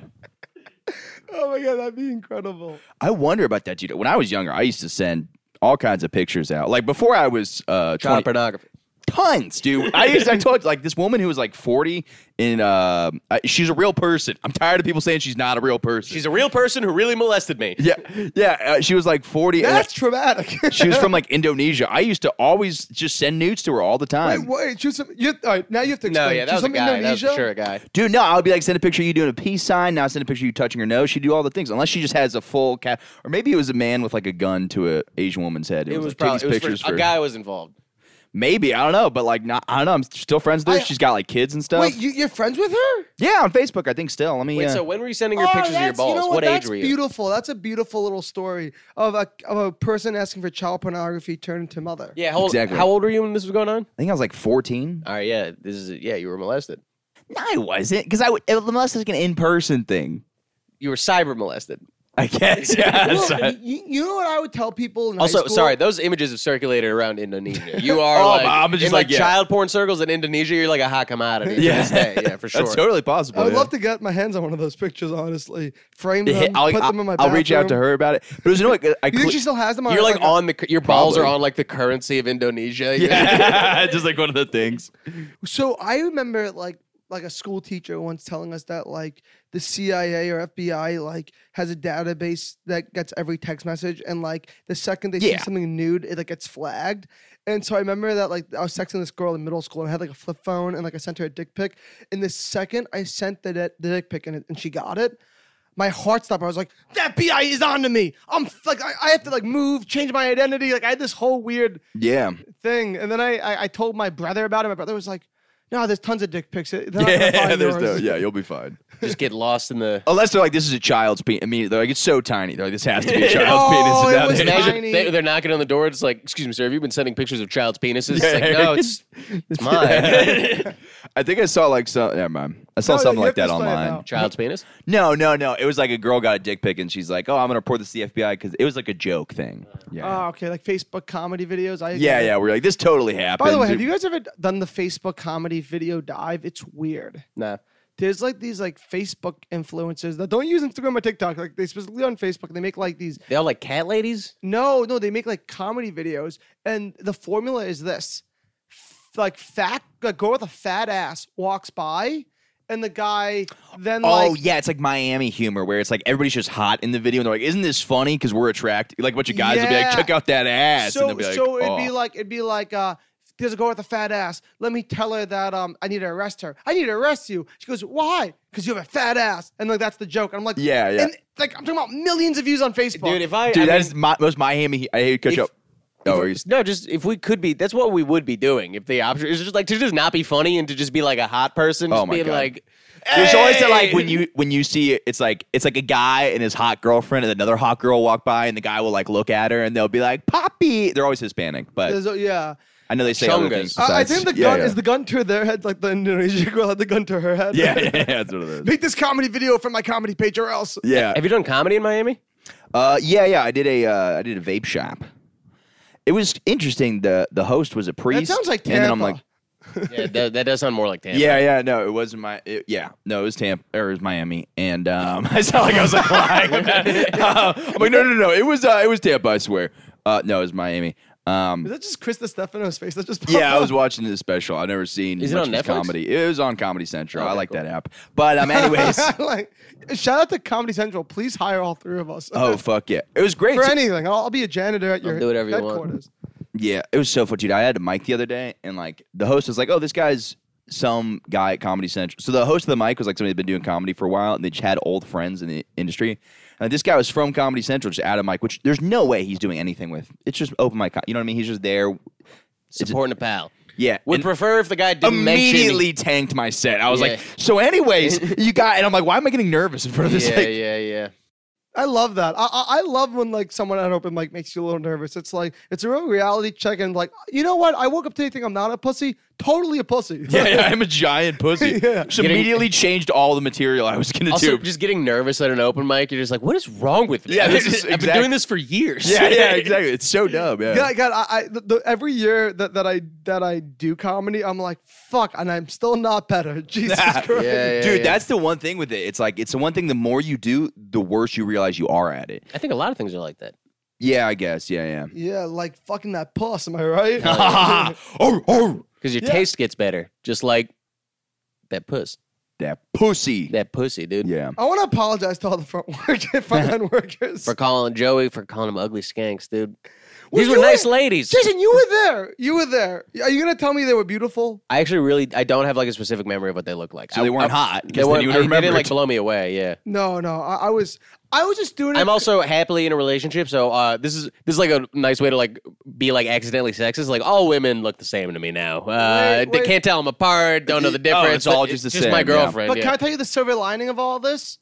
G: Oh my god, that'd be incredible.
D: I wonder about that, dude. When I was younger, I used to send all kinds of pictures out. Like before I was uh,
F: Child
D: 20
F: pornography.
D: tons, dude. I used, I told like this woman who was like forty, and uh, I- she's a real person. I'm tired of people saying she's not a real person.
F: She's a real person who really molested me.
D: yeah, yeah. Uh, she was like forty. and,
G: That's traumatic.
D: she was from like Indonesia. I used to always just send nudes to her all the time.
G: Wait, wait, she was some, you, all right, now you have to explain.
F: No, yeah,
G: She
F: that was a
G: from
F: guy. That was
G: Indonesia.
F: for sure a guy.
D: Dude, no, I would be like, send a picture of you doing a peace sign. Now send a picture of you touching her nose. She'd do all the things, unless she just has a full cat, or maybe it was a man with like a gun to a Asian woman's head. It,
F: It
D: was,
F: was
D: like,
F: probably
D: take
F: it
D: these
F: was for-
D: pictures
F: a
D: for-
F: guy was involved.
D: Maybe I don't know, but like, not, I don't know. I'm still friends with her.
G: I-
D: She's got like kids and stuff.
G: Wait, you, you're friends with her?
D: yeah, on Facebook, I think still. Let me.
F: Wait,
D: uh,
F: so when were you sending your
G: Oh,
F: pictures of your
G: that's-
F: balls?
G: You know
F: what age
G: That's
F: were you?
G: beautiful. That's a beautiful little story of a of a person asking for child pornography turned into mother.
F: Yeah, how old,
D: Exactly.
F: how old were you when this was going on?
D: I think I was like 14.
G: Uh,
F: All right, yeah, this is yeah, you were molested.
D: No, I wasn't, because I would, it, unless it's like an in-person thing.
F: You were cyber molested.
D: I guess. Yeah.
G: Well,
D: so-
G: you, you know what I would tell people. In high
F: Also,
G: school?
F: sorry, those images have circulated around Indonesia. You are
D: Oh,
F: like,
D: I'm just
F: in like,
D: like, yeah.
F: child porn circles in Indonesia. You're like a hot commodity. Yeah,
D: Yeah.
F: this day. yeah, for sure.
D: That's totally possible.
G: I would
D: yeah.
G: love to get my hands on one of those pictures. Honestly, frame
D: To
G: them,
D: hit- I'll,
G: put
D: I'll-
G: them in my.
D: I'll reach out to
G: bathroom.
D: her about it. But it was annoying. 'cause I
G: You think
D: cle-
G: she still has them?
F: You're like on the cu- your balls are
D: Probably.
F: on like the currency of Indonesia.
D: yeah, just like one of the things.
G: So I remember like like a school teacher once telling us that like the CIA or FBI like has a database that gets every text message and like the second they see
D: Yeah.
G: something nude it like gets flagged. And so I remember that like I was texting this girl in middle school and I had like a flip phone and like I sent her a dick pic and the second I sent the, di- the dick pic and, it, and she got it my heart stopped. I was like, "That FBI is on to me. I'm f- like, I, I have to like move, change my identity. Like, I had this whole weird
D: Yeah.
G: thing. And then I, I, I told my brother about it. My brother was like, no, there's tons of dick pics. They're not gonna
D: Yeah,
G: find
D: there's
G: yours."
D: no, yeah, you'll be fine.
F: just get lost in the.
D: Unless they're like, this is a child's penis. I mean, they're like, it's so tiny. They're like, this has to be a child's
G: Oh, it
D: penis.
G: was
D: It's out
F: Imagine
G: Tiny.
F: they, they're knocking on the door. It's like, excuse me, sir, have you been sending pictures of child's penises? It's like,
D: Yeah.
F: no, it's, it's mine.
D: there. I think I saw like some. Never mind. I saw
G: No,
D: something
G: you
D: like
G: have
D: that
G: to explain it
D: online.
G: now.
F: child's penis.
D: No, no, no. It was like a girl got a dick pic and she's like, oh, I'm gonna report this to the FBI because it was like a joke thing. Yeah.
G: Oh, okay. Like Facebook comedy videos. I
D: yeah, yeah. We're like, this totally happened.
G: By the way, have you guys ever done the Facebook comedy video dive? It's weird.
F: Nah.
G: There's like these like Facebook influencers that don't use Instagram or TikTok. Like they specifically on Facebook. They make like these
F: They all like cat ladies.
G: No, no, they make like comedy videos, and the formula is this: F- like fat, like girl with a fat ass walks by, and the guy then
D: Oh
G: like
D: yeah, it's like Miami humor where it's like everybody's just hot in the video and they're like, "Isn't this funny?" Because we're attracted. Like a bunch of guys will be
G: Yeah.
D: like, "Check out that ass,"
G: so
D: and they'll be like,
G: so it'd be
D: "Oh."
G: like it'd be like uh. There's a girl with a fat ass. Let me tell her that um I need to arrest her. I need to arrest you. She goes, why? Because you have a fat ass. And like that's the joke. And I'm like,
D: Yeah, yeah.
G: And like I'm talking about millions of views on Facebook.
F: Dude, if I.
D: Dude,
F: I
D: that
F: mean,
D: is my, most Miami. I hate to catch
F: If-
D: up. Oh, are you-
F: No, just if we could be, that's what we would be doing. If the option is just like to just not be funny and to just be like a hot person, just
D: Oh my
F: being
D: God.
F: like,
D: there's always the, like
F: "Hey!"
D: when you when you see it, it's like it's like a guy and his hot girlfriend and another hot girl walk by and the guy will like look at her and they'll be like, "Poppy." They're always Hispanic, but
G: There's a- yeah.
D: I know they say other
F: Chungas.
D: things.
G: I- I
D: besides-
G: think the
D: Yeah,
G: gun
D: yeah.
G: is the gun to their head, like the Indonesian girl had the gun to her head.
D: yeah, yeah, yeah, that's one of those.
G: make this comedy video for my comedy page or else.
D: Yeah,
F: Have you done comedy in Miami?
D: Uh, yeah, yeah. I did a uh, I did a vape shop. It was interesting. the The host was a priest.
G: sounds like
D: And then I'm
G: Tampa.
D: like,
F: yeah, that, that does sound more like Tampa.
D: yeah, yeah. No, it wasn't my. It, yeah, no, it was Tampa or it was Miami. And um, I sound like I was like Um, lying. about it. Uh, I'm like, no, no, no. It was uh, it was Tampa. I swear. Uh, no, it was Miami. Um,
G: Is that just Chris Stefano's face? That just popped
D: yeah, I
G: up?
D: was watching this special. I've never seen
F: Is it
D: much
F: on
D: of his
F: Netflix? Oh,
D: comedy. It was on Comedy Central.
F: Okay,
D: I like
F: cool.
D: that app. But um, anyways,
G: like, shout out to Comedy Central. Please hire all three of us.
D: oh fuck yeah, it was great.
G: for
D: So-
G: anything, I'll, I'll be a janitor at your
F: do whatever you want.
G: headquarters.
D: Yeah, it was so funny, dude. I had a mic the other day, and like the host was like, "Oh, this guy's some guy at Comedy Central." So the host of the mic was like somebody that had been doing comedy for a while, and they just had old friends in the industry. And this guy was from Comedy Central, just out of mic, which there's no way he's doing anything with. It's just open mic. co- You know what I mean? He's just there.
F: Supporting a pal.
D: Yeah.
F: Would
D: and-
F: prefer if the guy didn't
D: Immediately tanked my set. I was
F: Yeah.
D: like, so, anyways, you got, and I'm like, why am I getting nervous in front of
F: mention.
D: this?
F: Yeah,
D: like,
F: yeah, yeah.
G: I love that. I, I, I love when like someone at an open mic makes you a little nervous. It's like it's a real reality check, and like you know what? I woke up today thinking I'm not a pussy. Totally a pussy.
D: yeah, yeah, I'm a giant pussy.
G: Yeah.
D: Just immediately changed all the material I was going to
F: Also,
D: do.
F: just getting nervous at an open mic, you're just like, "What is wrong with me?
D: Yeah, this is
F: I've been
D: exact-
F: doing this for years."
D: yeah, yeah, exactly. It's so dumb. Yeah.
G: God, God, I, I the, the, every year that, that I that I do comedy, I'm like fuck, and I'm still not better. Jesus Christ.
F: Yeah, yeah,
D: Dude,
F: yeah.
D: that's the one thing with it. It's like it's the one thing. The more you do, the worse you realize you are at it.
F: I think a lot of things are like that.
D: Yeah, I guess. Yeah, yeah.
G: Yeah, like fucking that puss. Am I right?
D: oh, oh,
F: Because your
G: Yeah.
F: taste gets better, just like that puss,
D: that pussy.
F: that pussy, dude.
D: yeah.
G: I want to apologize to all the front worker, frontline workers.
F: For calling Joey, for calling him ugly skanks, dude.
G: Well,
F: These were
G: you
F: nice
G: were-
F: ladies.
G: Jason, you were there. You were there. Are you gonna tell me they were beautiful?
F: I actually really, I don't have like a specific memory of what they look like.
D: So
F: I-
D: they weren't
F: I-
D: hot. 'cause
F: They
D: then
F: weren't.
D: you would
F: I- they
D: remember
F: didn't like
D: it.
F: blow me away. Yeah.
G: No, no. I, I was, I was just doing it.
F: I'm also happily in a relationship, so uh, this is this is like a nice way to like be like accidentally sexist. Like all women look the same to me now. Uh,
G: Wait,
F: They
G: wait.
F: can't tell them apart. Don't know the
D: Oh,
F: difference.
D: it's all
F: but
D: just the
F: just my
D: same, yeah.
F: girlfriend.
G: but
F: yeah.
G: can I tell you the silver lining of all this?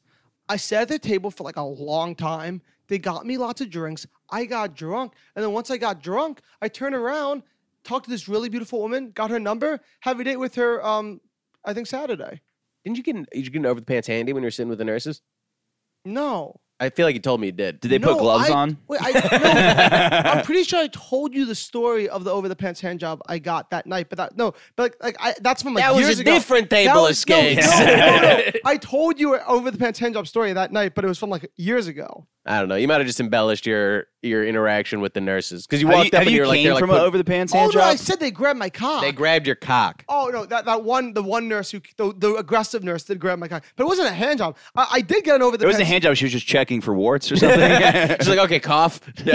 G: I sat at the table for like a long time. They got me lots of drinks. I got drunk, and then once I got drunk, I turned around, talked to this really beautiful woman, got her number, have a date with her. Um, I think Saturday.
F: Didn't you get an, did you get an over the pants handy when you were sitting with the nurses?
G: No.
F: I feel like you told me you did.
D: Did they
G: No,
D: put gloves
G: I-
D: on?
G: Wait, I, no, I'm pretty sure I told you the story of the over the pants hand job I got that night, but that no, but like, like I, that's from like
F: that was
G: years
F: a
G: ago.
F: different
G: That
F: table of
G: was- no,
F: skates.
G: no, no, no. I told you a over the pants hand job story that night, but it was from like years ago.
F: I don't know. You might have just embellished your your interaction with the nurses because you
D: Have
F: walked
D: you,
F: up
D: have
F: and
D: you
F: you're like,
D: came
F: they're like
D: from
F: put-
D: a over the pants
G: Oh
D: hand
G: no, I
D: job?
G: said they grabbed my cock.
F: they grabbed your cock.
G: Oh no, that, that one the one nurse who the, the aggressive nurse did grab my cock, but it wasn't a hand job. I, I did get an over the
D: It was a
G: pants.
D: hand job. She was just checking for warts or something.
F: She's like, okay, cough.
G: no,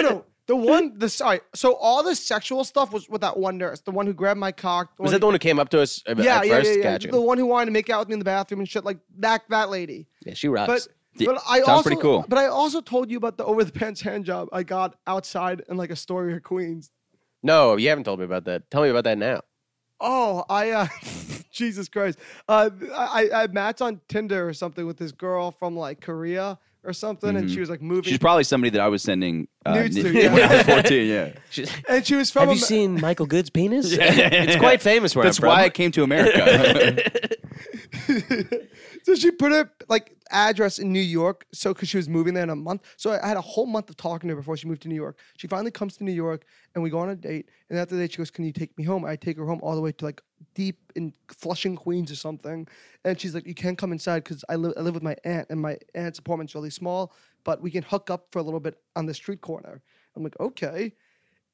G: no. The one, the sorry. So all the sexual stuff was with that one nurse, the one who grabbed my cock.
F: Was
G: one
F: that the one who came up to us at
G: yeah,
F: at
G: yeah,
F: first?
G: yeah, yeah.
F: Gotcha.
G: The one who wanted to make out with me in the bathroom and shit, like that that lady.
F: yeah, she rocks.
G: But
D: Yeah,
G: but I
D: sounds
G: also
D: pretty cool.
G: but I also told you about the over the pants hand job I got outside in like Astoria, Queens.
F: No, you haven't told me about that. Tell me about that now.
G: Oh, I uh, Jesus Christ. Uh I, I I matched on Tinder or something with this girl from like Korea or something, and
F: Mm-hmm.
D: Mhm.
G: she was like moving
D: She's probably somebody that I was sending uh,
G: Nudes to,
D: n-
G: yeah.
D: when I was 14. Yeah.
G: and she was from
F: Have you
G: Ama-
F: seen Michael Good's penis? it's
D: It's
F: quite famous where
D: That's
F: I'm from.
D: why I came to America.
G: so she put her like address in New York, so because she was moving there in a month. So I had a whole month of talking to her before she moved to New York. She finally comes to New York, and we go on a date. And after the date, she goes, "Can you take me home?" I take her home all the way to like deep in Flushing, Queens, or something. And she's like, "You can't come inside because I live I live with my aunt, and my aunt's apartment's really small, but we can hook up for a little bit on the street corner." I'm like, "Okay."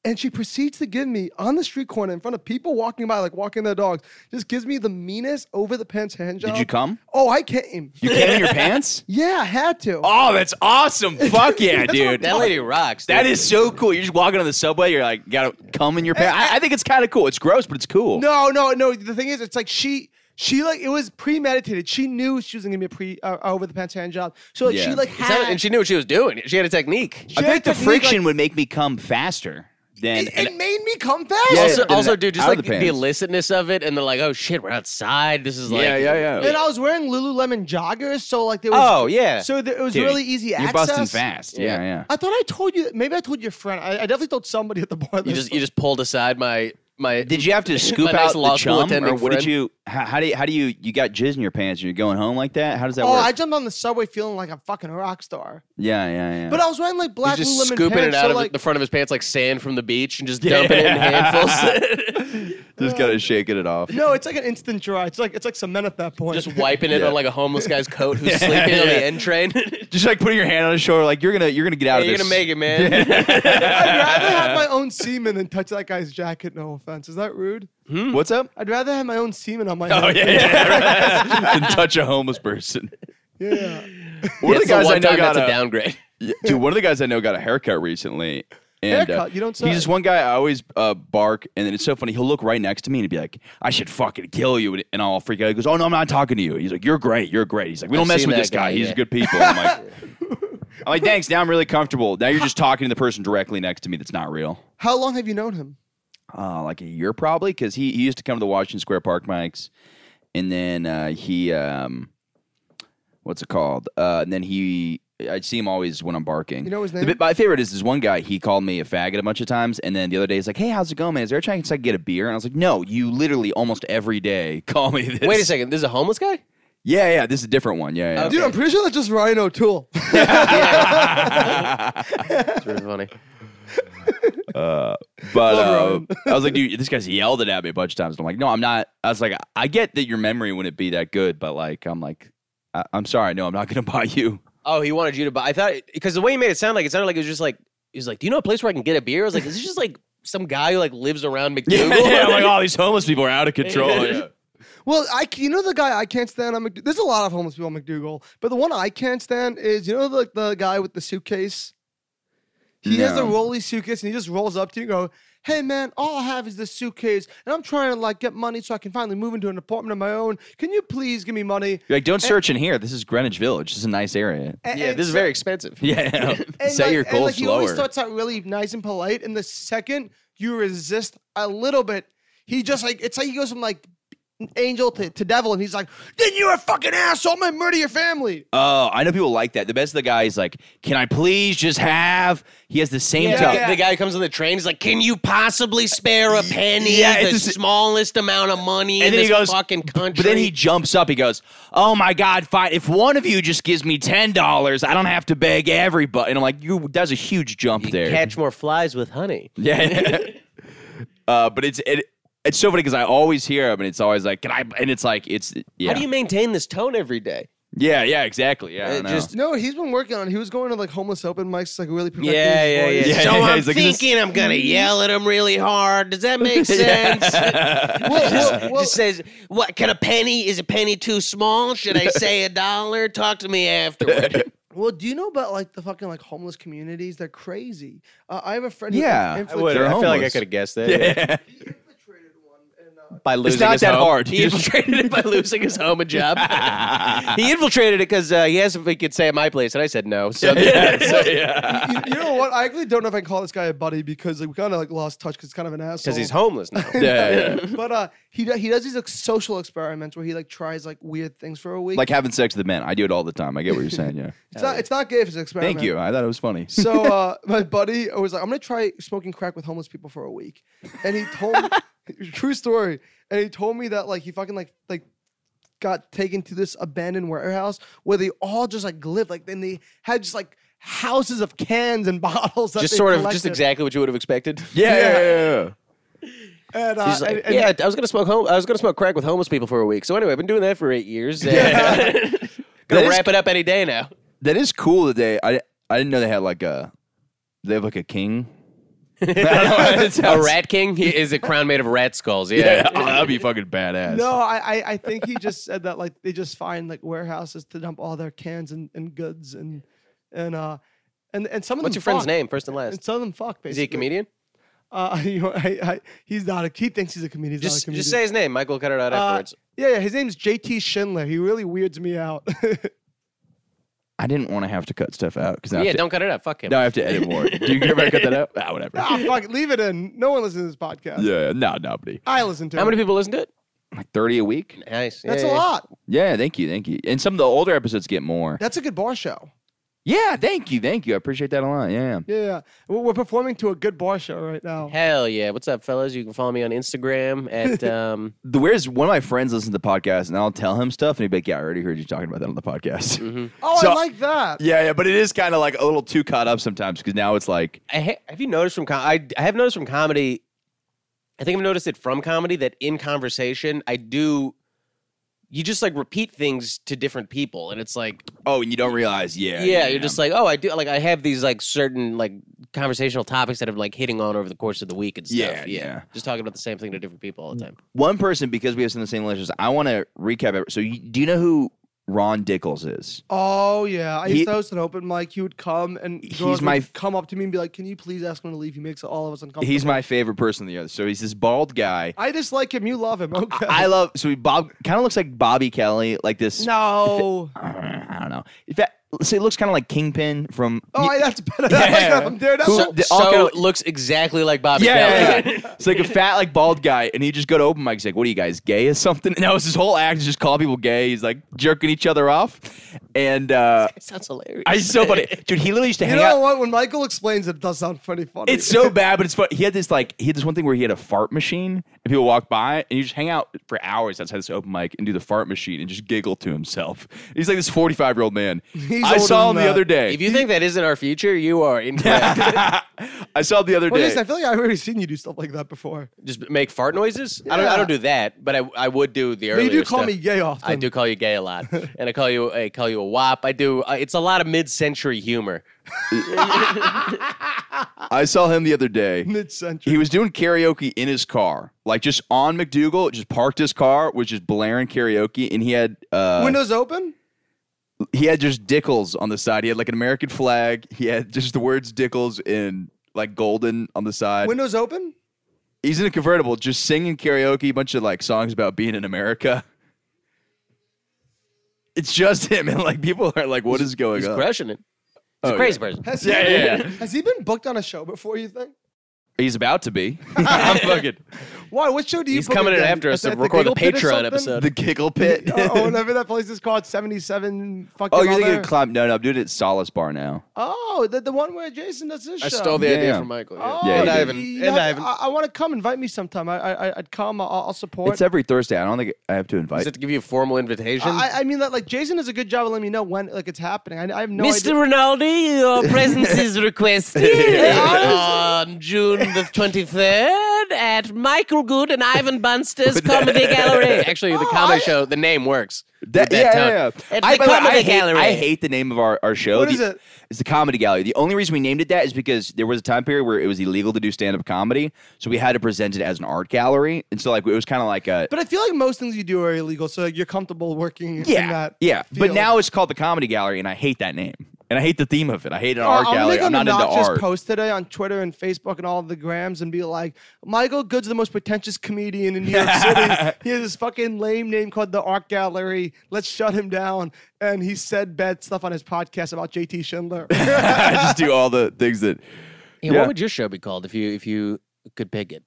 G: And she proceeds to give me on the street corner in front of people walking by, like walking their dogs, just gives me the meanest over the pants hand job.
D: Did you come?
G: Oh, I came.
D: You came in your pants?
G: Yeah, I had to.
D: Oh, that's awesome. Fuck yeah, dude.
F: That lady rocks.
D: That is so cool. You're just walking on the subway. You're like, gotta come in your pants. I, I think it's kind of cool. It's gross, but it's cool.
G: No, no, no. The thing is, it's like she, she like it was premeditated. She knew she was gonna give me a pre uh, over the pants hand job. So like she
D: Yeah.
G: like
F: It sounded-
G: had.
F: and she knew what she was doing. She had a technique.
D: I
G: had
D: think the
G: technique, like-
D: friction would make me come faster than.
G: it, it made me come fast.
D: Yeah,
F: also,
D: and
F: also,
D: that-
F: dude, just
D: out of
F: like the,
D: the pants.
F: illicitness of it, and they're like, "Oh shit, we're outside. This is like,
D: yeah,
G: And I was wearing Lululemon joggers, so like there was.
F: Oh yeah,
G: So there, it was
D: Dude,
G: really easy
D: You're
G: access.
D: busting fast.
F: Yeah.
D: Yeah, yeah.
G: I thought I told you. Maybe I told your friend. I, I definitely told somebody at the bar.
F: you
G: this.
F: just you just pulled aside my my.
D: Did you have to scoop
F: My nice
D: out the
F: law school
D: chum, or
F: attending
D: what did
F: friend.
D: you? How, how do you? How do you? You got jizz in your pants, and you're going home like that? How does that
G: oh,
D: work?
G: I jumped on the subway feeling like a fucking rock star.
D: yeah, yeah, yeah.
G: But I was wearing like
F: He's
G: black
F: just
G: Lululemon
F: scooping
G: pants,
F: it out
G: so
F: of
G: like,
F: the front of his pants like sand from the beach and just dumping it in handfuls,
D: just kind of shaking it off.
G: No, it's like an instant dry. It's like it's like cement at that point.
F: just wiping it
D: Yeah.
F: on like a homeless guy's coat who's
D: Yeah,
F: sleeping on
D: yeah.
F: the end train.
D: Just like putting your hand on his shoulder, like you're gonna you're gonna get out
F: you're
D: of
F: gonna
D: this.
F: make it, man.
G: I'd rather have my own semen than touch that guy's jacket. No offense. Is that rude?
D: What's up?
G: I'd rather have my own semen on my.
D: Oh
G: head.
D: yeah, yeah. right. Than touch a homeless person.
G: yeah.
D: One of the
F: It's the
D: guys I
F: one
D: know
F: time
D: got
F: that's
D: a,
F: a downgrade.
D: Yeah, dude. One of the guys I know got a haircut recently. And, uh,
G: Haircut? You don't say.
D: He's just one guy I always uh, bark, and then it's so funny. He'll look right next to me and he'd be like, "I should fucking kill you," and I'll freak out. He goes, "Oh no, I'm not talking to you." He's like, "You're great, you're great." He's like, "We don't
F: I've
D: mess
F: seen
D: with
F: that
D: this guy.
F: guy,
D: He's
F: yeah."
D: good people." I'm like, I'm like, thanks. Now I'm really comfortable. Now you're just talking to the person directly next to me that's not real.
G: How long have you known him?
D: uh, like a year probably because he, he used to come to the Washington Square Park mics, and then uh, he um, what's it called? Uh, and then he I'd see him always when I'm barking.
G: You know his
D: The
G: name?
D: bit- my favorite is this one guy. He called me a faggot a bunch of times, and then the other day he's like, "Hey, how's it going, man? Is there a chance I can get a beer?" And I was like, "No, you literally almost every day call me this."
F: Wait a second, this is a homeless guy?
D: Yeah, yeah, this is a different one. Yeah, yeah.
F: Okay.
G: Dude, I'm pretty sure that's just Ryan O'Toole.
F: That's really funny.
D: But
G: Love
D: uh, I was like, dude, this guy's yelled it at me a bunch of times. And I'm like, no, I'm not. I was like, I get that your memory wouldn't be that good, but like, I'm like, I- I'm sorry, no, I'm not gonna buy you.
F: Oh, he wanted you to buy. I thought because the way he made it sound like it sounded like it was just like he was like, "Do you know a place where I can get a beer?" I was like, "Is this just like some guy who like lives around McDougal?"
D: I'm like, oh. all these homeless people are out of control.
F: Yeah.
G: well, I c- you know the guy I can't stand on McDougal. There's a lot of homeless people on McDougal, but the one I can't stand is you know like the guy with the suitcase. He has a
D: No.
G: rolly suitcase and he just rolls up to you and go, Hey man, all I have is this suitcase and I'm trying to like get money so I can finally move into an apartment of my own. Can you please give me money?
D: You're like, don't search in here. This is Greenwich Village. This is a nice area.
G: A-
F: yeah,
G: and
F: this is
G: so-
F: very expensive.
D: Yeah.
G: and,
D: Say
G: like-
D: your
G: and,
D: goals
G: like, He always
D: lower.
G: starts out really nice and polite, and the second you resist a little bit, he just like it's like he goes from like angel to, to devil, and he's like, "Then you're a fucking asshole. I'm gonna murder your family."
D: oh, I know people like that. The best of the guy is like, can I please just have? He has the same
F: Yeah,
D: tone.
F: the- The guy who comes on the train. He's like, "Can you possibly spare a penny?
D: Yeah, it's
F: the
D: just-
F: smallest amount of money
D: And
F: in
D: then he
F: this
D: goes-
F: fucking country."
D: But then he jumps up. He goes, "Oh my god, fine! If one of you just gives me ten dollars, I don't have to beg everybody." And I'm like, "You, that's a huge jump there."
F: catch more flies with honey.
D: yeah. uh, but it's it, it's so funny because I always hear him, and it's always like, "Can I?" And it's like, it's yeah,
F: How do you maintain this tone every day?
D: yeah, yeah, exactly. Yeah, I
F: It
D: know.
F: just-
G: No, he's been working on. it. He was going to like homeless open mics, like really perfecting his
F: Yeah, yeah, yeah.
G: voice. Mm-hmm.
D: Yeah,
F: so
D: yeah,
F: I'm
D: he's like, this-
F: thinking I'm gonna yell at him really hard. Does that make sense?
G: Well, well,
F: just,
G: well,
F: just says, "What can a penny? Is a penny too small? Should I say a dollar? Talk to me afterward."
G: well, do you know about like the fucking like homeless communities? They're crazy. Uh, I have a friend.
D: Yeah,
G: who
D: I
G: infiltrated-
D: would. They're I feel like I homeless.
F: could
D: coulda
F: have guessed that
D: yeah.
G: infiltrated one, and, uh,
F: by losing.
D: not
F: his
D: that
F: home.
D: hard.
F: He infiltrated it by losing his home and job. he infiltrated it because uh, he asked if we could stay at my place, and I said no. So
D: So, yeah.
G: you, uh, you know what? I actually don't know if I can call this guy a buddy because like, we kind of like lost touch because it's kind of an asshole.
F: because he's homeless now.
D: yeah, yeah.
G: but uh, he do- he does these like social experiments where he like tries like weird things for a week.
D: Like having sex with men. I do it all the time. I get what you're saying. Yeah.
G: it's
F: uh,
G: not it's not gay if it's an experiment.
D: Thank you. I thought it was funny.
G: So uh, my buddy was like, I'm gonna try smoking crack with homeless people for a week, and he told me, true story, and he told me that like he fucking like like got taken to this abandoned warehouse where they all just like lived like then they had just like houses of cans and bottles that
F: just
G: they
F: sort of, just
G: collected.
F: exactly what you would have expected.
D: Yeah, yeah, yeah, yeah.
G: and, uh,
F: He's like,
G: and- and-
F: yeah, I was gonna smoke home. I was gonna smoke crack with homeless people for a week. So anyway, I've been doing that for eight years. and-
D: That
F: gonna
D: is-
F: wrap it up any day now.
D: That is cool that they. I I didn't know they had like a. They have like a king. I don't know. It
F: A
D: sounds-
F: rat king he is a crown made of rat skulls. Yeah.
D: Yeah, oh, that'd be fucking badass.
G: No, I, I I think he just said that like they just find like warehouses to dump all their cans and, and goods and and uh and and some of
F: What's
G: them
F: your friend's
G: fuck.
F: name, first and
G: And
F: last?
G: some of them fuck basically.
F: Is he a comedian?
G: Uh, you know, I, I, he's not a he thinks he's a comedian. He's not a
F: Just,
G: comedian.
F: just say his name. Michael will cut it out
G: Uh,
F: afterwards.
G: yeah, yeah, his name's JT Schindler. He really weirds me out.
D: I didn't want to have to cut stuff out because
F: yeah, don't cut it out. Fuck him.
D: now I have to edit more. Do you ever cut that out? Ah, whatever.
G: ah, fuck it, leave it in. No one listens to this podcast.
D: Yeah, no, nobody.
G: I listen to
F: How
G: it.
F: many people listen to it?
D: Like thirty a week.
F: Nice.
G: That's
F: Yeah,
G: a
F: yeah.
G: lot.
D: Yeah, thank you, thank you. And some of the older episodes get more.
G: That's a good bar show.
D: Yeah, thank you, thank you. I appreciate that a lot. Yeah.
G: Yeah, yeah. We're, we're performing to a good bar show right now.
F: Hell yeah. What's up, fellas? You can follow me on Instagram at um
D: The weirdest one of my friends listens to the podcast, and I'll tell him stuff, and he'd be like, "Yeah, I already heard you talking about that on the podcast."
F: mm-hmm.
G: Oh, I
D: So-
G: like that.
D: Yeah, yeah, but it is kind of like a little too caught up sometimes because now it's like
F: I ha- have you noticed from com- I I have noticed from comedy. I think I've noticed it from comedy that in conversation I do you just like repeat things to different people, and it's like
D: Oh, and you don't realize, yeah.
F: yeah, you're just like oh I do like I have these like certain like conversational topics that I'm like hitting on over the course of the week and stuff.
D: Yeah, yeah.
F: just talking about the same thing to different people all the time.
D: one person because we have some of the same relationships. I want to recap. Every, so, you, do you know who Ron Dickles is?
G: Oh yeah, I used
D: He-
G: to host an open mic. He would come and
D: He's
G: girls
D: my-
G: would come up to me and be like, "Can you please ask him to leave?" He makes all of us uncomfortable.
D: He's my favorite person. in The other, so he's this bald guy.
G: I dislike him. You love him. Okay.
D: I love. So he Bob kind of looks like Bobby Kelly, like this.
G: no. Oh,
D: I don't know. In fact, so he looks kind of like Kingpin from.
G: Oh, I- that's better. That's
D: Yeah.
G: better from Daredevil.
D: Who-
F: So,
D: the- all
F: so
D: kinda-
F: it looks exactly like Bobby
D: yeah,
F: Kelly.
D: yeah, yeah. it's like a fat, like bald guy, and he just go to open mics like, "What are you guys gay or something?" And that was his whole act, is just call people gay. He's like jerking each other off, and uh,
F: Sounds hilarious.
D: I it's so funny, dude. He literally used to
G: you
D: hang
G: know
D: out.
G: what? When Michael explains it, it does sound pretty funny.
D: It's so bad, but it's fun. He had this like he had this one thing where he had a fart machine, and people walk by, and you just hang out for hours outside this open mic and do the fart machine and just giggle to himself. He's like this forty five year old man. I
G: older
D: saw him
G: than
D: the
G: that.
D: other day.
F: If you think that isn't our future, you are incorrect.
D: I saw him the other
G: Well,
D: day.
G: Jason, I feel like I've already seen you do stuff like that before.
F: Just make fart noises. I don't. I
G: Yeah.
F: don't do that, but I, I would do the
G: But
F: earlier.
G: you do call
F: stuff.
G: me gay often.
F: I do call you gay a lot, and I call you I call you a wop. I do. Uh, it's a lot of mid-century humor.
D: I saw him the other day.
G: Mid-century.
D: He was doing karaoke in his car, like just on McDougal, just parked his car, was just blaring karaoke, and he had uh,
G: Windows open?
D: he had just Dickles on the side. He had like an American flag. He had just the words Dickles in like golden on the side.
G: Windows open?
D: He's in a convertible, just singing karaoke, a bunch of like songs about being in America. It's just him, and like people are like, "What is going
F: He's
D: on?"
F: crushing it. He's
D: Oh,
F: a crazy person.
G: Has
D: Yeah,
G: he,
D: yeah, yeah.
G: Has he been booked on a show before, you think?
D: He's about to be. I'm fucking
G: Why? What show do you
F: He's
G: book
F: coming in
G: again?
F: after us
G: At-
F: to
G: at the
F: record the
G: Giggle Pit or
F: Patreon
G: something?
F: episode.
D: the giggle pit.
G: or or Oh, whatever that place is called, 77 fucking
D: oh, you're
G: all
D: thinking
G: there.
D: of Climb? No, no, I'm doing it at Solace Bar now.
G: Oh, the, the one where Jason does his
F: I
G: show.
F: stole the idea
D: Yeah.
F: from Michael.
G: Oh,
F: and
D: Yeah, he
F: I
D: did.
F: haven't.
G: you
F: And
G: have-
F: I haven't.
G: I, I want to come. Invite me sometime. I, I, I'd come. I'll, I'll support.
D: It's every Thursday. I don't think I have to
F: Does
D: invite.
F: it give you a formal invitation?
G: I, I mean, like, like Jason does a good job of letting me know when like it's happening. I, I have no idea.
F: Rinaldi, your presence is requested on June the 23rd at Michael Good and Ivan Bunster's Comedy Gallery. Actually, the comedy show, the name works.
D: That,
F: That
D: yeah,
F: town.
D: yeah, yeah.
F: It's
D: I,
F: the
D: by the way,
F: Comedy
D: I hate,
F: Gallery.
D: I hate the name of our, our show.
G: What
D: the,
G: is it?
D: It's the Comedy Gallery. The only reason we named it that is because there was a time period where it was illegal to do stand up comedy, so we had to present it as an art gallery, and so like it was kind of like a
G: But I feel like most things you do are illegal, so like, you're comfortable working in
D: yeah,
G: that.
D: yeah. But
G: field.
D: now it's called the Comedy Gallery, and I hate that name, and I hate the theme of it. I hate an
G: Uh,
D: art
G: I'm gonna
D: gallery.
G: make
D: I'm
G: an
D: not into
G: obnoxious
D: art.
G: post today on Twitter and Facebook and all the grams and be like, Michael Good's the most pretentious comedian in New York City. He has this fucking lame name called the Art Gallery. Let's shut him down. And he said bad stuff on his podcast about JT Schindler.
D: I just do all the things that.
F: Yeah,
D: Yeah.
F: What would your show be called if you if you could pick it?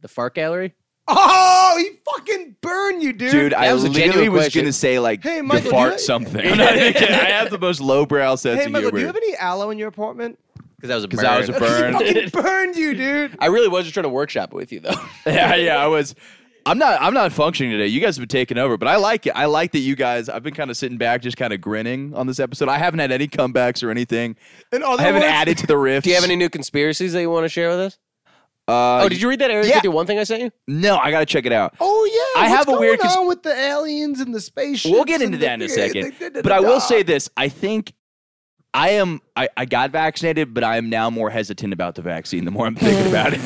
F: The Fart Gallery.
G: oh, he fucking burned you, dude.
D: Dude, I
F: was a genuine
D: literally was
F: question.
D: going to say like
G: Hey,
D: the
G: Michael, do
D: fart
G: you-
D: something. I'm not even kidding. I have the most lowbrow sense
G: hey,
D: of
G: Michael, do you
D: humor
G: have any aloe in your apartment?
F: Because that was a
D: because I was a
F: burn.
D: burn.
G: Fucking burned you, dude.
F: I really was just trying to workshop it with you, though.
D: yeah, yeah, I was. I'm not. I'm not functioning today. You guys have been taking over, but I like it. I like that you guys. I've been kind of sitting back, just kind of grinning on this episode. I haven't had any comebacks or anything.
G: In other
D: I haven't
G: words,
D: added to the riff.
F: Do you have any new conspiracies that you want to share with us?
D: Uh,
F: oh, did you read that Area
D: yeah.
F: 51 thing I sent you?
D: No, I gotta check it out.
G: Oh yeah,
D: I
G: what's
D: have a
G: going
D: weird cons-
G: on with the aliens and the spaceships.
D: We'll get
G: and
D: into
G: the-
D: that in a second.
G: da-da-da-da-da.
D: But I will say this: I think I am. I, I got vaccinated, but I am now more hesitant about the vaccine. The more I'm thinking about it,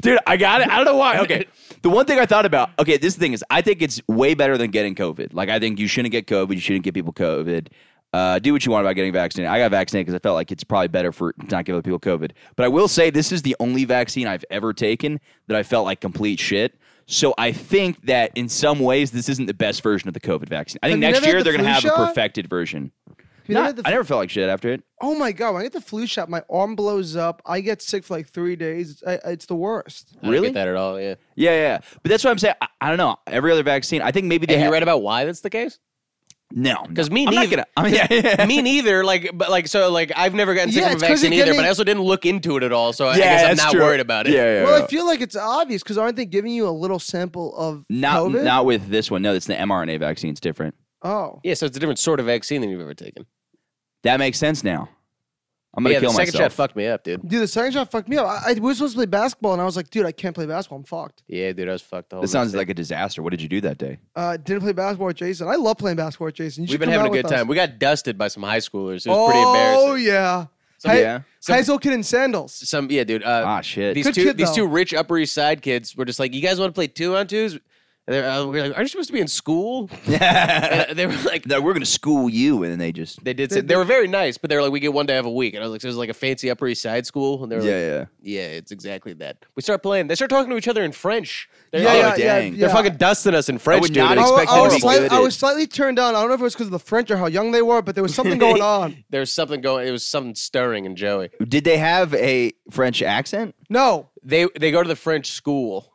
D: dude, I got it. I don't know why. Okay, the one thing I thought about. Okay, this thing is, I think it's way better than getting COVID. Like, I think you shouldn't get COVID. You shouldn't get people COVID. Uh, do what you want about getting vaccinated. I got vaccinated because I felt like it's probably better for to not give other people COVID. But I will say this is the only vaccine I've ever taken that I felt like complete shit. So I think that in some ways this isn't the best version of the COVID vaccine. I think
G: Have you
D: next
G: never had
D: year
G: the
D: they're going to
G: flu
D: have
G: shot?
D: a perfected version.
G: You know,
D: Not-
G: the
D: I never felt like shit after it.
G: oh my god, when I get the flu shot, my arm blows up. I get sick for like three days. It's, I, it's the worst.
F: I don't
D: Really?
F: get that at all, yeah.
D: Yeah, yeah. yeah. But that's what I'm saying. I, I don't know. Every other vaccine, I think maybe they
F: Have you
D: ha-
F: read about why that's the case?
D: No,
F: Because
D: no.
F: me
D: I'm not
F: neither.
D: gonna- I mean, yeah, yeah.
F: me neither. Like, but like, so like, I've never gotten sick
G: Yeah,
F: from a
G: it's 'cause
F: vaccine
G: you're
F: either. But
G: getting-
F: I also didn't look into it at all, so I
D: Yeah,
F: guess I'm
D: that's
F: not
D: true.
F: worried about it.
D: Yeah, yeah,
G: Well,
D: yeah.
G: I feel like it's obvious because aren't they giving you a little sample of
D: not
G: COVID?
D: not with this one. No, it's the mRNA vaccine. It's different.
G: oh,
F: Yeah, so it's a different sort of vaccine than you've ever taken.
D: That makes sense now. I'm gonna
F: yeah,
D: kill
F: the second shot
D: myself.
F: fucked me up, dude.
G: Dude, the second shot fucked me up. I, I was supposed to play basketball, and I was like, dude, I can't play basketball. I'm fucked.
F: Yeah, dude, I was fucked the whole
D: This sounds
F: night.
D: like a disaster. What did you do that day?
G: Uh, didn't play basketball with Jason. I love playing basketball with Jason. You
F: We've
G: should
F: been
G: come
F: having a
G: out with
F: good time.
G: us.
F: We got dusted by some high schoolers. It was
G: oh,
F: pretty embarrassing.
G: yeah.
F: Some-
G: Hi-
D: yeah.
G: High school kid in sandals.
F: Some yeah, dude. Uh,
D: ah shit.
F: These
G: Good
F: two,
G: kid,
F: these
G: though.
F: two rich Upper East Side kids were just like, "You guys want to play two on twos? And they're, uh, we are like, "Aren't you supposed to be in school?" And they were like,
D: No, we're gonna school you, and then they just
F: "They did." Say, they were very nice, but they were like, "We get one day of a week." And I was like, "So it was like a fancy Upper East Side school?" And they
D: yeah
F: were like,
D: yeah.
F: "Yeah, it's exactly that." We start playing. They start talking to each other in French. They're,
G: Yeah,
F: they're,
G: yeah,
D: dang.
G: yeah,
F: oh, they're
G: yeah.
F: fucking dusting us in French,
D: would
F: dude.
D: not
F: and
G: I, wa-
F: expecting
G: I
F: to
G: was
F: be
G: slight-
F: good
G: I
F: at-
G: was slightly turned on. I don't know if it was because of the French or how young they were, but there was something going on.
F: there was something going. It was something stirring in Joey.
D: Did they have a French accent?
G: No,
F: They they go to the French school,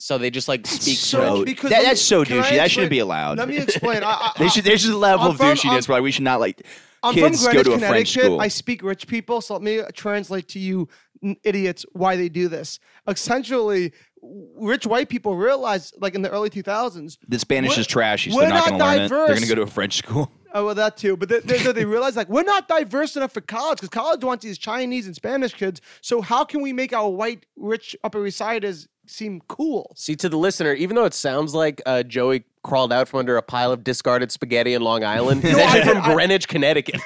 F: so they just like speak French.
D: So
G: because
D: that,
G: let me-
D: that's so
G: can I
D: douchey. That shouldn't
G: explain-
D: be allowed.
G: let me explain. I, I,
D: they should. There's just a level
G: I'm
D: of
G: from-
D: douchiness
G: I'm-
D: why we should not like
G: I'm
D: kids
G: from
D: go
G: Greenwich,
D: to a
G: Connecticut.
D: French school.
G: I speak rich people, so let me translate to you n- idiots why they do this. Essentially, w- rich white people realized, like in the early 2000s,
D: the Spanish
G: We're-
D: is trashy, so
G: we're
D: they're not,
G: not
D: going to learn it. They're going
G: diverse.
D: to go to a French school.
G: oh, well, that too, but they, they, they- they realized, like, we're not diverse enough for college because college wants these Chinese and Spanish kids. So, how can we make our white, rich Upper East Siders seem cool?
F: See, to the listener, even though it sounds like uh, Joey crawled out from under a pile of discarded spaghetti in Long Island, he's actually from Greenwich, Connecticut.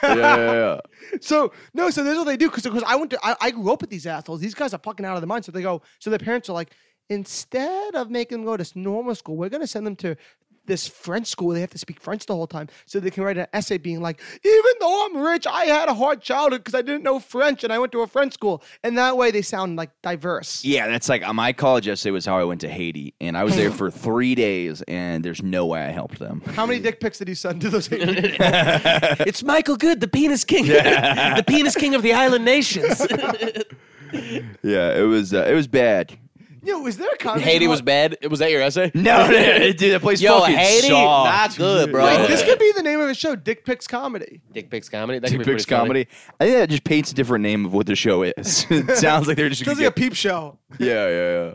G: So no, so this is what they do because I went to I, I grew up with these assholes. These guys are fucking out of their mind. So they go. So their parents are like, instead of making them go to s- normal school, we're gonna send them to this French school. They have to speak French the whole time, so they can write an essay being like, even though I'm rich, I had a hard childhood because I didn't know French and I went to a French school, and that way they sound like diverse.
D: Yeah, that's like uh, my college essay was how I went to Haiti, and I was there for three days, and there's no way I helped them.
G: How many dick pics did you send to those?
F: it's Michael Good, the penis king, the penis king of the island nations.
D: Yeah, it was uh, it was bad.
G: Yo, is there a comedy?
F: Haiti
G: club-
F: was bad. Was that your essay?
D: No, dude, that place
F: Yo,
D: fucking
F: Haiti,
D: sucked.
F: not good, bro.
G: Wait, this could be the name of a show, Dick Pics Comedy.
F: Dick Pics comedy. That could
D: Dick
F: be
D: Pics
F: pretty funny.
D: comedy. I think that just paints a different name of what the show is. it sounds like they're just
G: Sounds
D: gonna
G: like a
D: get,
G: peep show.
D: yeah, yeah, yeah.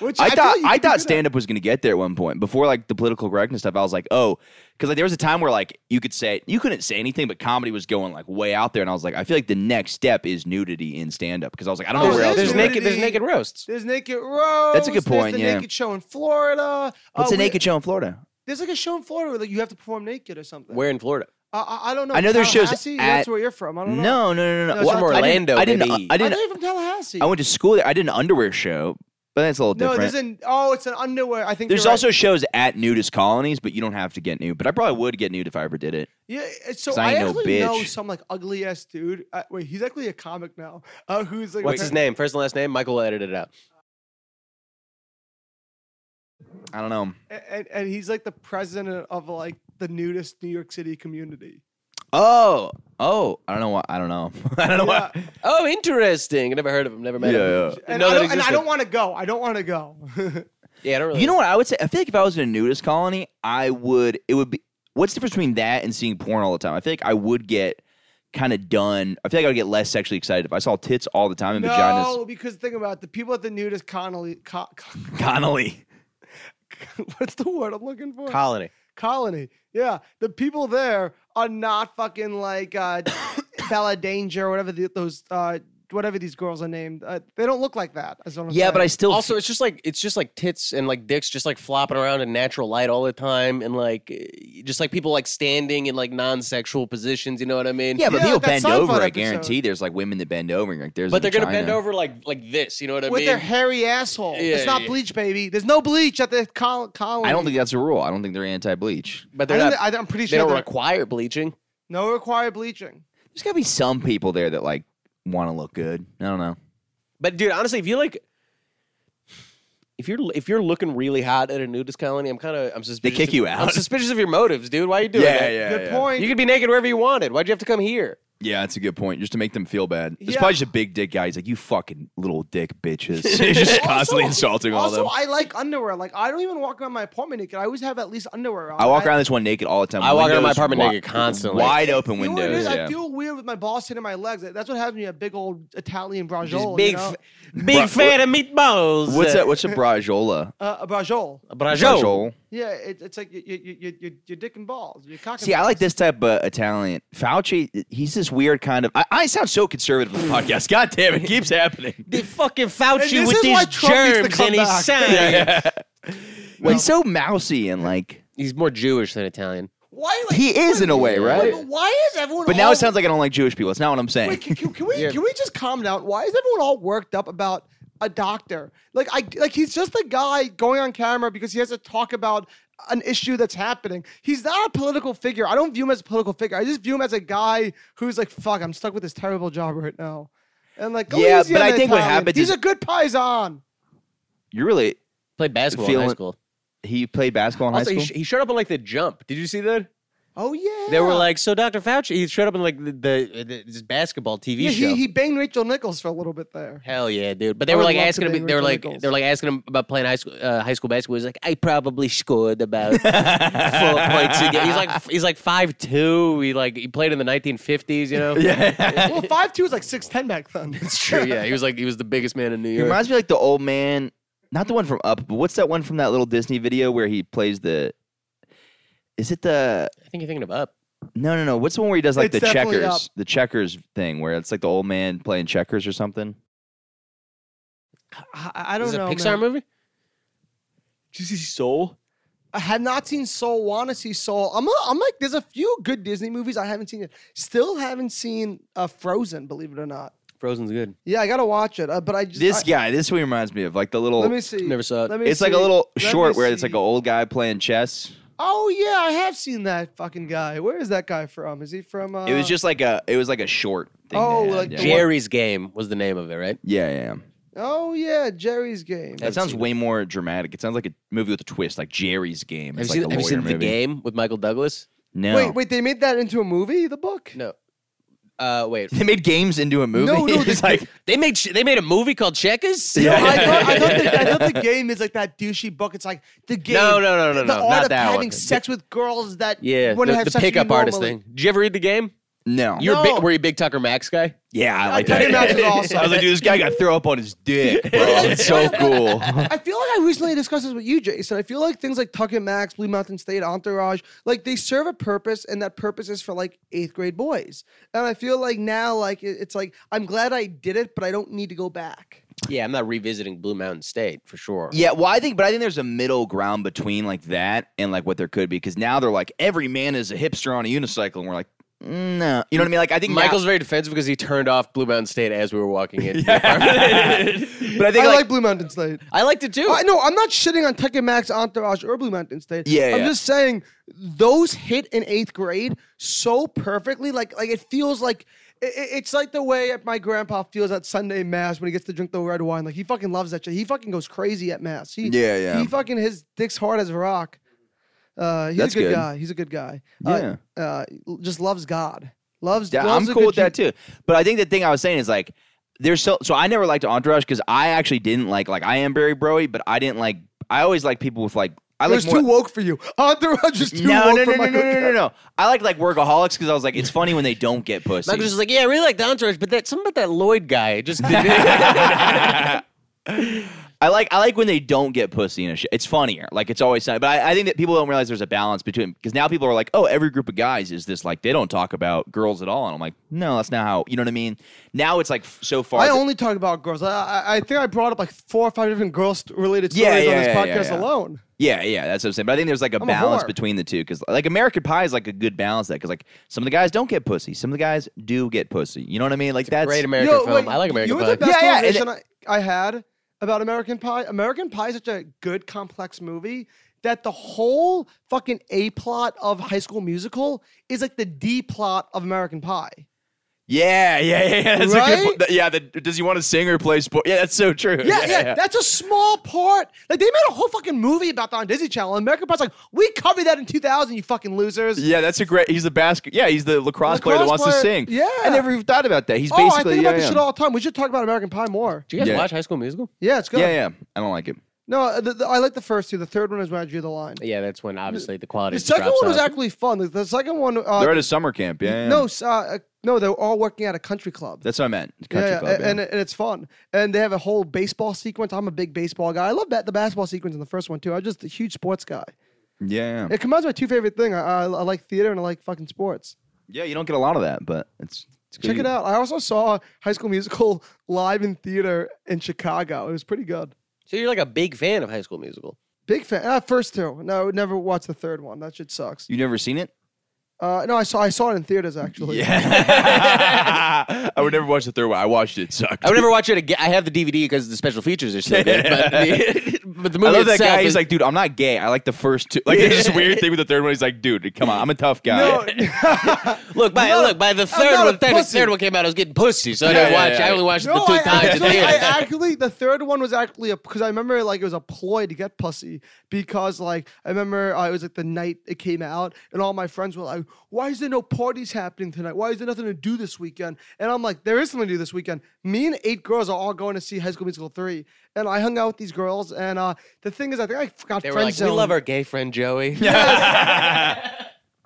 G: Which
D: I,
G: feel
D: thought
G: like you
D: I
G: could do
D: thought
G: that.
D: stand up was going to get there at one point before like the political correctness stuff. I was like, oh, because like there was a time where like you could say you couldn't say anything, but comedy was going like way out there, and I was like, I feel like the next step is nudity in stand up because I was like, I don't know
G: Oh,
D: where
G: it is
D: else.
F: There's
D: to go.
F: naked. There's naked roasts.
G: There's Naked Row.
D: That's a good point,
G: There's the
D: yeah.
G: Naked Show in Florida.
D: What's
G: Uh,
D: a
G: we-
D: naked show in Florida?
G: There's like a show in Florida where like, you have to perform naked or something.
F: Where in Florida?
G: I- I, I don't know.
D: I know there's shows
G: Tallahassee?
D: at-
G: That's where you're from. I
D: No,
G: don't know.
D: no, no, no.
G: No, it's
D: Well,
G: from
D: I didn't-
F: Orlando,
D: I didn't.
F: baby.
D: I
G: I
D: didn't.
G: they're from Tallahassee.
D: I went to school there. I did an underwear show, but that's a little
G: no,
D: different.
G: there's an oh, it's an underwear. I think
D: There's
G: you're right.
D: also shows at nudist colonies, but you don't have to get nude. But I probably would get nude if I ever did it.
G: yeah. it's- So
D: 'cause
G: I,
D: I ain't no
G: actually know
D: bitch.
G: some like ugly ass dude. Uh, wait, he's actually a comic now. Uh, who's like
F: What's his name? First and last name. Michael will edit it out.
D: I don't know.
G: And, and he's like the president of like the nudist New York City community.
D: Oh, oh, I don't know why. I don't know. I don't know why.
G: Yeah.
F: Oh, interesting. I never heard of him. Never met him.
D: Yeah,
G: And,
F: Know
G: I don't, and
F: that
G: I
F: existed.
G: don't want to go. I don't want to go.
F: Yeah, I don't really.
D: You know what I would say? I feel like if I was in a nudist colony, I would. It would be. What's the difference between that and seeing porn all the time? I feel like I would get kind of done. I feel like I would get less sexually excited if I saw tits all the time and vaginas.
G: No, because think about it, the people at the nudist colony. Co- co-
D: Connolly.
G: what's the word I'm looking for?
F: Colony.
G: colony. Yeah, the people there are not fucking like uh, Bella Danger or whatever the, those uh, whatever these girls are named. Uh, they don't look like that. Is what I'm
D: Yeah, but I
G: saying.
D: still.
F: also it's just like it's just like tits and like dicks just like flopping around in natural light all the time and like eh, just like people like standing in like non-sexual positions you know what i mean
D: yeah, but
G: Yeah,
D: people
G: like that
D: bend
G: Seinfeld
D: over. I
G: episode.
D: guarantee there's like women that bend over. and, Like there's.
F: but they're
D: going
F: gonna bend over like like this you know what i
G: with
F: mean
G: their hairy asshole.
F: Yeah,
G: it's not
F: yeah.
G: bleach, baby. There's no bleach at the col- colony.
D: I don't think that's a rule. I don't think they're anti-bleach.
F: but
G: I
F: they're not,
G: am pretty
F: they
G: sure
F: don't
G: they're-
F: require bleaching
G: no required bleaching.
D: There's gotta be some people there that like want to look good. I don't know.
F: but dude honestly if you like if you're if you're looking really hot at a nudist colony i'm kind of i'm suspicious
D: kick
F: of-
D: you
F: i'm
D: out.
F: suspicious of your motives dude why are you doing that
G: Good point.
F: you could be naked wherever you wanted why'd you have to come here
D: Yeah, that's a good point. Just to make them feel bad. There's
G: Yeah.
D: probably just a big dick guy. He's like, you fucking little dick bitches. He's just constantly insulting all
G: also,
D: them.
G: I like underwear. Like I don't even walk around my apartment naked. I always have at least underwear on.
D: I walk around this one naked all the time.
F: I walk around my
D: Windows
F: apartment
D: wi-
F: naked constantly.
D: Wide open
G: You know what it
D: windows.
G: is? I
D: Yeah.
G: feel weird with my balls hitting my legs. That's what happens when you have big old Italian brajol.
F: just
G: you
F: big
G: know?
F: f- big
D: Bru-
F: fan of meatballs
D: What's that? What's a brajola?
G: uh, a brajol.
F: brajol
G: Yeah, it, it's like you, you, you, you, you're dicking balls. You're cocking
D: See, I like
G: balls.
D: this type of Italian. Fauci, he's this weird kind of. I, I sound so conservative on the podcast. God damn it, keeps happening.
F: They fucking
G: And
F: Fauci
G: this
F: with
G: is why
F: these
G: Trump needs to
F: germs
G: come
F: and he's
G: back.
F: signed.
D: he's so mousy and like
F: He's more Jewish than Italian.
G: Why? Like,
D: he is in a way,
G: wait,
D: right?
G: but why is everyone?
D: But now
G: all-
D: it sounds like I don't like Jewish people. That's not what I'm saying.
G: Wait, can, can- can we
F: Yeah.
G: can we just calm down? Why is everyone all worked up about a doctor? Like I like he's just a guy going on camera because he has to talk about an issue that's happening. He's not a political figure. I don't view him as a political figure. I just view him as a guy who's like, fuck, I'm stuck with this terrible job right now. And like, go
D: Yeah,
G: easy
D: but
G: on
D: I
G: the
D: think what
G: Italian.
D: happens
G: He's
D: is-
G: a good paisan.
D: You're really.
F: Played basketball in
D: Feeling-
F: high school.
D: He played basketball in
F: Also,
D: high
F: he,
D: school.
F: sh- he showed up on like the jump. Did you see that?
G: Oh yeah.
F: They were like, so Dr. Fauci, he showed up in like the, the, the this basketball TV
G: yeah,
F: show.
G: he, he banged Rachel Nichols for a little bit there.
F: Hell yeah, dude! But
G: I
F: they were
G: would
F: like
G: love to
F: asking
G: bang
F: him. They were
G: Rachel
F: like
G: Nichols.
F: they were like asking him about playing high school uh, high school basketball. He's like, I probably scored about four points. A game. He's like he's like five two. He like he played in the 1950s. You know,
D: yeah.
G: well, five two was like six ten back then.
F: it's true. Yeah, he was like he was the biggest man in New
D: He
F: York.
D: reminds me like the old man, not the one from Up, but what's that one from that little Disney video where he plays the? Is it the?
F: I think you're thinking of up.
D: No, no, no. What's the one where he does like
G: It's
D: the
G: definitely
D: checkers,
G: Up.
D: the checkers thing, where it's like the old man playing checkers or something?
G: I, I don't
F: Is it a
G: know.
F: Pixar
G: man.
F: movie?
G: I have not seen Soul. Want to see Soul? I'm, i I'm like, there's a few good Disney movies I haven't seen yet. Still haven't seen uh, Frozen. Believe it or not.
F: Frozen's good.
G: Yeah, I gotta watch it. Uh, but I just
D: This
G: I-
D: guy, this one reminds me of like the little.
G: Let me see.
F: Never saw it.
G: Let me
D: it's like a
G: see.
D: little
G: Let me
D: short where it's like
G: see.
D: an old guy playing chess.
G: Oh yeah, I have seen that fucking guy. Where is that guy from? Is he from? Uh,
D: it was just like a. It was like a short. Thing
G: Oh,
D: they had,
G: like
D: yeah.
G: the one-
F: Jerry's Game was the name of it, right?
D: yeah, yeah, yeah.
G: Oh yeah, Jerry's game.
D: That sounds way more dramatic. It sounds like a movie with a twist, like Jerry's Game.
F: Have you
D: It's
F: seen,
D: like a
F: have you
D: lawyer
F: seen the
D: movie.
F: game with Michael Douglas?
D: No,
G: Wait, wait, they made that into a movie? The book?
F: No. Uh, wait.
D: They made games into a movie.
G: no, the
D: it's like
F: They made sh- they made a movie called Checkers.
G: No,
D: Yeah.
G: I, thought, I, thought the, I thought the game is like that douchey book. It's like the game.
F: No, no, no, no,
G: the
F: no,
G: art
F: not
G: of
F: that
G: having
F: one.
G: sex with girls that
F: Yeah,
G: wouldn't
F: the,
G: have
F: the
G: sex with you
F: pickup artist
G: normally.
F: thing. Did you ever read the game?
D: no.
F: You were
G: No.
F: big, were you a big Tucker Max guy?
D: yeah, I like
G: Tucker
D: that.
G: Max was awesome.
D: I was like, dude, this guy got throw up on his dick, bro. It's so cool.
G: I feel like I recently discussed this with you, Jason. I feel like things like Tuck and Max, Blue Mountain State, Entourage, like they serve a purpose, and that purpose is for like eighth grade boys. And I feel like now, like it- it's like I'm glad I did it, but I don't need to go back.
F: Yeah, I'm not revisiting Blue Mountain State for sure.
D: Yeah, well, I think, but I think there's a middle ground between like that and like what there could be because now they're like every man is a hipster on a unicycle, and we're like, no, you know what I mean? Like, I think now-
F: Michael's very defensive because he turned off Blue Mountain State as we were walking in.
D: but I
G: I
D: think
G: like,
D: like,
G: Blue Mountain State.
F: I liked it too.
G: I, no, I'm not shitting on Tuck and Max, Entourage, or Blue Mountain State.
D: Yeah,
G: I'm
D: yeah.
G: just saying those hit in eighth grade so perfectly. Like, like it feels like i- i- it's like the way my grandpa feels at Sunday mass when he gets to drink the red wine. Like he fucking loves that shit. He fucking goes crazy at mass. He,
D: Yeah, yeah.
G: He fucking his dick's hard as a rock. Uh, he's
D: That's
G: a good,
D: good.
G: guy. He's a good guy.
D: Yeah.
G: Uh, uh, l- just loves God. Loves.
D: yeah, I'm
G: loves a
D: cool
G: good
D: with that too. But I think the thing I was saying is like there's so so I never liked Entourage because I actually didn't like like I am Barry Broy, but I didn't like I always like people with like I
G: It
D: like
G: was
D: more,
G: too woke for you. Entourage is too
D: no,
G: woke
D: no,
G: for
D: no, no,
G: my
D: no, no, no, no, no. I like like workaholics because I was like, it's funny when they don't get pussy.
F: Michael's just like, yeah, I really liked the entourage, but that something about that Lloyd guy it just didn't.
D: I like I like when they don't get pussy in a shit. It's funnier. Like it's always funny. But I, I think that people don't realize there's a balance between because now people are like, oh, every group of guys is this like they don't talk about girls at all. And I'm like, no, that's not how you know what I mean. Now it's like f- so far.
G: I
D: th-
G: only talk about girls. I, I, I think I brought up like four or five different girls related stories
D: Yeah, yeah,
G: on this
D: yeah, yeah,
G: podcast
D: yeah.
G: alone.
D: Yeah, yeah, that's what I'm saying. But I think there's like a
G: a
D: balance
G: whore.
D: between the two because like American Pie is like a good balance that because like some of the guys don't get pussy, some of the guys do get pussy. You know what I mean? Like that's
F: Great American film. I like American
G: you know what's
F: Pie.
G: the best
D: Yeah, yeah, and
G: conversation I, I had about American Pie? American Pie is such a good, complex movie that the whole fucking A plot of High School Musical is like the D plot of American Pie.
D: Yeah, yeah, yeah. yeah, That's a good
G: Right?
D: point. Th- Yeah, the, does he want to sing or play sport? Yeah, that's so true.
G: Yeah, yeah, that's a small part. Like they made a whole fucking movie about that on Disney Channel. And American Pie's like, we covered that in 2000, you fucking losers.
D: Yeah, that's a great. He's the basket. Yeah, he's the lacrosse, player that
G: Lacrosse
D: wants to
G: player,
D: sing.
G: yeah.
D: I never even thought about that. He's
G: Oh, I
D: basically
G: think about
D: yeah,
G: this
D: yeah.
G: shit all the time. We should talk about American Pie more.
F: Did you guys
D: Yeah.
F: watch High School Musical?
G: Yeah, it's good.
D: yeah, yeah. I don't like it.
G: No, the, the, I like the first two. The third one is when I drew the line.
F: Yeah, that's when obviously the quality.
G: The second
F: drops
G: one was
F: off.
G: actually fun. The, the second one, uh,
D: They're at a summer camp. Yeah, yeah.
G: no, s- uh, uh, no, they're all working at a country club.
D: that's what I meant.
G: yeah,
D: Country
G: yeah,
D: club.
G: a- and, and it's fun. And they have a whole baseball sequence. I'm a big baseball guy. I love that the basketball sequence in the first one too. I'm just a huge sports guy.
D: Yeah.
G: It combines my two favorite thing. I, I, I like theater and I like fucking sports.
D: Yeah, you don't get a lot of that, but it's, it's good.
G: Check it out. I also saw High School Musical live in theater in Chicago. It was pretty good.
F: So you're like a big fan of High School Musical.
G: Big fan. Ah, first two. No, never watched the third one. That shit sucks.
D: You never seen it?
G: Uh, no, I saw I saw it in theaters actually.
D: Yeah. I would never watch the third one. I watched it. It sucked.
F: I would never watch it again. I have the DVD because the special features are so good. But the, but the movie
D: I love that
F: itself
D: guy.
F: is
D: He's like, dude, I'm not gay. I like the first two. Like, there's this weird thing with the third one. He's like, dude, come on, I'm a tough guy.
G: No,
F: Look, by
G: not a-
F: look, by the
G: I'm not
F: third
G: a
F: one, third,
G: pussy.
F: third one came out. I was getting pussy, so I didn't
D: yeah,
F: watch.
D: yeah.
F: I only watched
G: No,
F: the two
G: I
F: times.
G: actually, I
F: at
G: actually, the third one was actually a because I remember like it was a ploy to get pussy because like I remember uh, it was like the night it came out and all my friends were like, "Why is there no parties happening tonight? Why is there nothing to do this weekend?" And I'm like, "There is something to do this weekend." Me and eight girls are all going to see High School Musical three, and I hung out with these girls. And uh, the thing is, I think I got
F: They
G: friend
F: were like,
G: zoned.
F: "We love our gay friend Joey."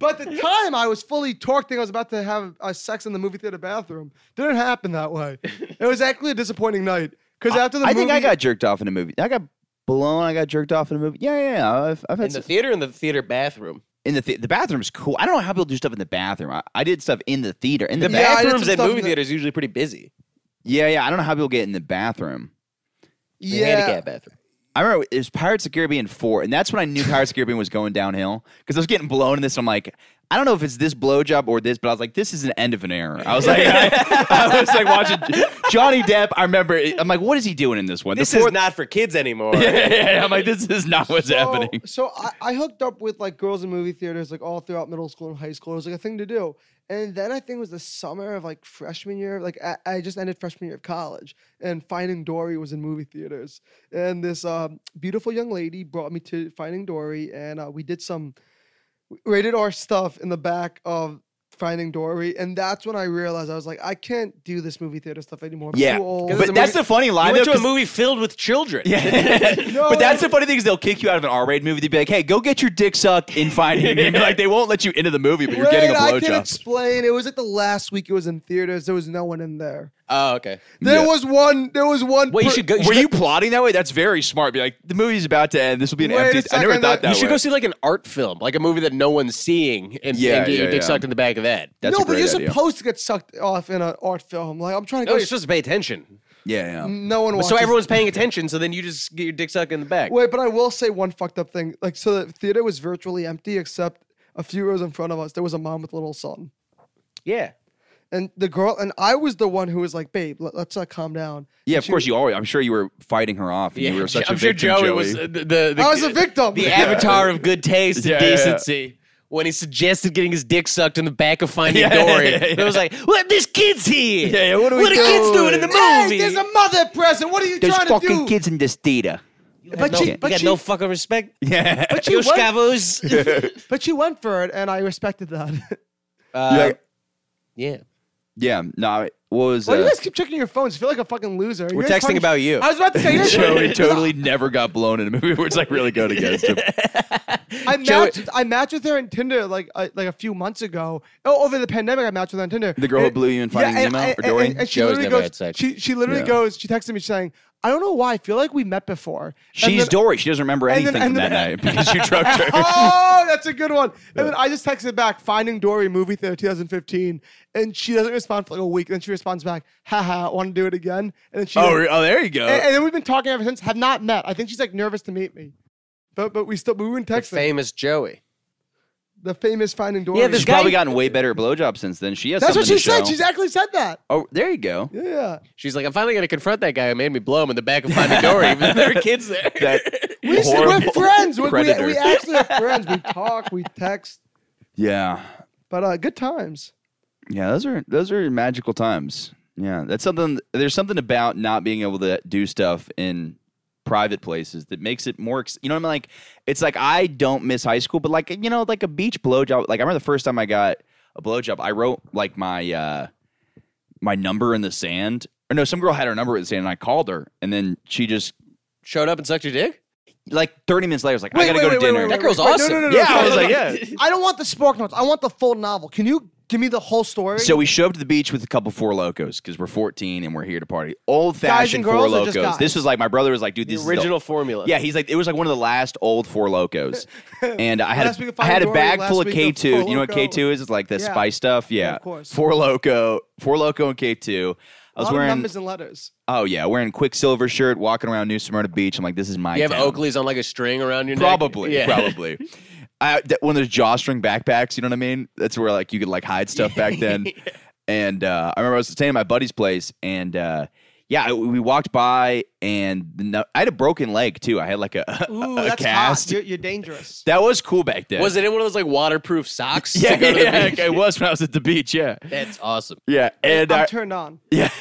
G: But at the time, I was fully torqued, thinking I was about to have uh, sex in the movie theater bathroom. Didn't happen that way. it was actually a disappointing night because after the
D: I
G: movie,
D: think I got jerked off in a movie. I got blown. I got jerked off in a movie. Yeah, yeah. yeah. I've, I've had
F: in the theater, in the theater bathroom.
D: in the, the, the bathroom's cool. I don't know how people do stuff in the bathroom. I, I did stuff in the theater. In the
F: The
D: bathroom.
G: Yeah, I did
F: bathrooms
G: some
F: at
G: stuff
F: movie
G: in the-
F: theaters usually pretty busy.
D: Yeah, yeah. I don't know how people get in the bathroom.
F: The
G: yeah.
F: handicap bathroom.
D: I remember it was Pirates of the Caribbean 4, and that's when I knew Pirates of the Caribbean was going downhill because I was getting blown in this. And I'm like, I don't know if it's this blowjob or this, but I was like, this is an end of an era. I was like, I, I was like watching Johnny Depp. I remember, it- I'm like, what is he doing in this one? The
F: This
D: fourth-
F: is not for kids anymore.
D: Yeah, yeah, yeah. I'm like, this is not what's
G: so,
D: happening.
G: Oh, So I, I hooked up with like girls in movie theaters like all throughout middle school and high school. It was like a thing to do. And then I think it was the summer of like freshman year. Like I, I just ended freshman year of college, and Finding Dory was in movie theaters. And this um, beautiful young lady brought me to Finding Dory, and uh, we did some rated R stuff in the back of Finding Dory. And that's when I realized I was like, I can't do this movie theater stuff anymore. I'm
D: Yeah,
G: too old.
D: but that's the funny
F: I
D: line.
F: went
D: though,
F: to a
D: 'cause-
F: movie filled with children.
D: Yeah.
G: No.
D: but that's the funny thing is they'll kick you out of an R-rated movie. They'd be like, "Hey, go get your dick sucked in Finding." Nemo." Like they won't let you into the movie, but you're getting a
G: Wait, I can
D: blowjob.
G: explain. It was like the last week it was in theaters. There was no one in there.
F: Oh, okay.
G: There
D: Yeah.
G: was one. There was one.
F: Well, you
G: per-
F: should go. You
D: Were
F: should
D: you plotting that way? That's very smart. Be like, the movie's about to end. This will be an
G: Wait a
D: empty. I never
G: second,
D: thought
G: that-
D: that.
F: You should
D: way.
F: go see like an art film, like a movie that no one's seeing, and,
D: Yeah,
F: and get your
D: yeah,
F: dick
D: yeah.
F: sucked in the back of that.
D: That's
G: no,
D: a
G: but
D: great
G: you're
D: idea.
G: supposed to get sucked off in an art film. Like I'm trying to
F: No,
G: go.
F: you're supposed to pay attention.
D: yeah, yeah.
G: no one. Watches.
F: So everyone's paying attention, so then you just get your dick sucked in the back.
G: Wait, but I will say one fucked up thing. Like, so the theater was virtually empty except a few rows in front of us. There was a mom with a little son.
F: Yeah.
G: And the girl and I was the one who was like, "Babe, let, us uh, calm down."
D: Yeah, of course you always. I'm sure you were fighting her off. And
F: Yeah,
D: you were such
F: I'm
D: a
F: sure
D: victim,
F: Joey,
D: Joey
F: was uh, the, the, the
G: I was a victim.
F: the avatar of good taste
D: Yeah,
F: and
D: yeah, yeah.
F: decency. When he suggested getting his dick sucked in the back of Finding
D: Yeah,
F: Dory,
D: yeah, yeah.
F: it was like, "What? This kid's here.
D: Yeah, yeah, what are we
F: kids doing in the
G: Hey,
F: movie?
G: there's a mother present. What are you trying to do?
D: kids in this theater.
G: But
F: no,
G: she-
F: you
G: but
F: got
G: she-
F: no fucking respect.
D: Yeah.
G: But she
F: Yo,
G: went-
F: scavos.
G: But she went for it, and I respected that.
F: Uh, yeah.
D: yeah. No. I- What was?
G: Well, you
D: uh,
G: guys keep checking your phones. You feel like a fucking loser.
F: We're
G: You guys
F: texting
G: talking-
F: about you.
G: I was about to say,
D: Joey
G: Joey,
D: totally never got blown in a movie where it's like really good against him.
G: I matched. I matched with her on Tinder like uh, like a few months ago. Oh, over the pandemic, I matched with her on Tinder.
D: The girl who
G: And-
D: blew you in Finding
G: and-
D: Nemo
G: and-
D: or Dory?
G: And, and she
F: Joey's
G: literally
F: never
G: goes.
F: had sex.
G: She she literally
D: Yeah.
G: goes. She texted me saying, "I don't know why. I feel like we met before." And
D: She's
G: then-
D: Dory. She doesn't remember
G: and
D: anything
G: then- and
D: from that
G: then-
D: night because you drugged her.
G: Oh, that's a good one. And then I just texted back, Finding Dory movie theater 2015, and she doesn't respond for like a week. And then she responds back, haha, want to do it again? And then she
D: Oh, re- oh, there you go.
G: And, and then we've been talking ever since. Have not met. I think she's like nervous to meet me. But but we still but we've been
F: The
G: texting. The,
F: famous Joey.
G: famous Finding Dory.
F: Yeah, this
D: She's
F: guy-
D: probably gotten way better at blowjobs since then. She has.
G: That's what
D: something
G: she
D: to show.
G: said. She's actually said that.
D: Oh, there you go.
G: Yeah.
F: She's like, I'm finally gonna confront that guy who made me blow him in the back of Finding Dory. But there are kids there.
D: That
G: We still, we're
D: horrible
G: friends. We, we,
D: predator.
G: we actually are friends. We talk, we text.
D: yeah,
G: But uh, good times.
D: yeah. Those are those are magical times. Yeah, that's something. There's something about not being able to do stuff in private places that makes it more. ex- You know what I mean? Like, it's like I don't miss high school, but like you know, like a beach blowjob. Like I remember the first time I got a blowjob, I wrote like my uh my number in the sand. Or no, some girl had her number in the sand, and I called her, and then she just
F: Showed up and sucked your dick.
D: like 30 minutes later, I was like, I gotta go to
G: wait,
D: dinner.
G: wait,
F: That girl's
G: wait, wait,
F: awesome.
G: No, no, no, no,
D: yeah, I
G: no,
D: was
G: no,
D: like,
G: no.
D: yeah.
G: I don't want the spark notes. I want the full novel. Can you Give me the whole story.
D: So we show up to the beach with a couple four locos because we're 14 and we're here to party. Old
G: Guys and
D: fashioned four
G: girls or just
D: locos.
G: guys?
D: This was like my brother was like, dude,
F: The
D: this is
F: original formula.
D: Yeah, he's like it was like one of the last old four locos, and I had
G: Last week
D: a,
G: of
D: I had a
G: Finding
D: bag
G: Dory,
D: full
G: last
D: of K
G: week of
D: two.
G: Four
D: You know what
G: Loko.
D: K two is? It's like the
G: Yeah.
D: spice stuff. Yeah,
G: of course.
D: Four loco, four loco, and K two.
G: a
D: I was
G: lot of
D: wearing
G: numbers and letters.
D: oh yeah, wearing Quicksilver shirt, walking around New Smyrna Beach. I'm like, this is my.
F: You have
D: town.
F: Oakley's on like a string around your neck.
D: Probably, probably. I, that, one of those jawstring backpacks, you know what I mean? That's where like you could like hide stuff back then. And uh, I remember I was staying at my buddy's place, and uh, yeah, I- we walked by, and the, no- I had a broken leg too. I had like a, a-
G: Ooh,
D: a
G: that's
D: cast.
G: hot. You're, you're dangerous.
D: That was cool back then.
F: Was it in one of those like waterproof socks?
D: Yeah,
F: to go to the
D: yeah,
F: beach?
D: it was when I was at the beach. Yeah,
F: That's awesome.
D: yeah, and
G: I'm
D: I,
G: turned on.
D: yeah.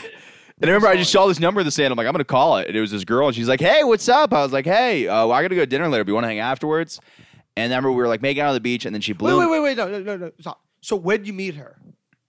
D: And I remember I just saw this number in the sand. I'm like, I'm gonna call it. And it was this girl, and she's like, Hey, what's up? I was like, Hey, uh, well, I gotta go to dinner later. But you want to hang out afterwards? And I remember we were like making out on the beach, and then she
G: Wait,
D: blew
G: wait, wait, wait. No, no, no, no. Stop. So where'd you meet her?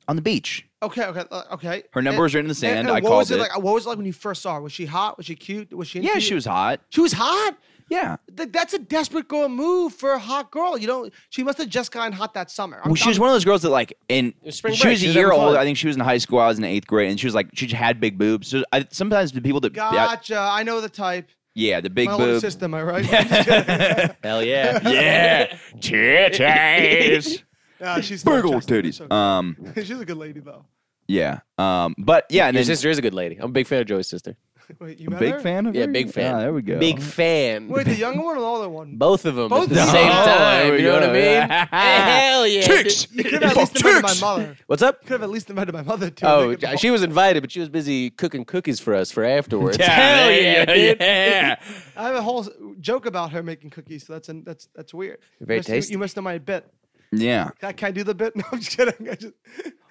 D: on the beach.
G: Okay, okay, uh, okay.
D: Her number was written in the
G: And-
D: sand.
G: and
D: I
G: eh, what
D: called
G: was
D: it.
G: like? What was it like when you first saw her? Was she hot? Was she cute? Was she? into
D: yeah,
G: you?
D: she was hot.
G: She was hot.
D: Yeah.
G: Th- that's a desperate girl move for a hot girl. You know, she must have just gotten hot that summer. I'm-
D: Well, she was one of those girls that like, and
F: was
D: she
F: spring
D: was
F: break.
D: a
F: She was
D: year
F: having fun.
D: older. I think she was in high school. I was in eighth grade, and she was like, she had big boobs. So I, sometimes the people that,
G: I'm-
D: yeah,
G: gotcha. I know the type.
D: yeah, the big
G: My older
D: boobs,
G: sister, am I right?
F: Hell yeah.
D: yeah, titties,
G: Yeah, she's
D: big old
G: Chester. It's
D: titties.
G: okay.
D: Um,
G: she's a good lady though.
D: yeah, um, but yeah, and
F: Your
D: then,
F: sister is a good lady. I'm a big fan of Joey's sister.
G: Wait, you met
D: big
G: her?
D: fan of
F: Yeah,
D: her?
F: big fan.
D: Ah, there we go.
F: Big fan.
G: Wait, the younger one or the older one?
F: Both of them
G: Both
F: at the
G: of 'em.
F: same
G: Oh,
D: there
F: time.
D: we
F: You know what I
D: go.
F: mean? Hell yeah. dude.
B: Chicks!
G: You could have at
B: Fuck
G: least invited my
B: chicks!
G: mother.
F: What's up?
G: Could have at least invited my mother too.
F: Oh,
G: Make it-
F: she was invited, but she was busy cooking cookies for us for afterwards.
D: Yeah,
F: Hell
D: there
F: yeah,
D: you go.
F: dude.
D: yeah.
G: I have a whole s- joke about her making cookies, so that's an, that's that's weird. You
F: Very
G: must- you-
F: tasty.
G: You must know my bit.
D: Yeah.
G: Can I, can I do the bit? No, I'm just kidding. I just,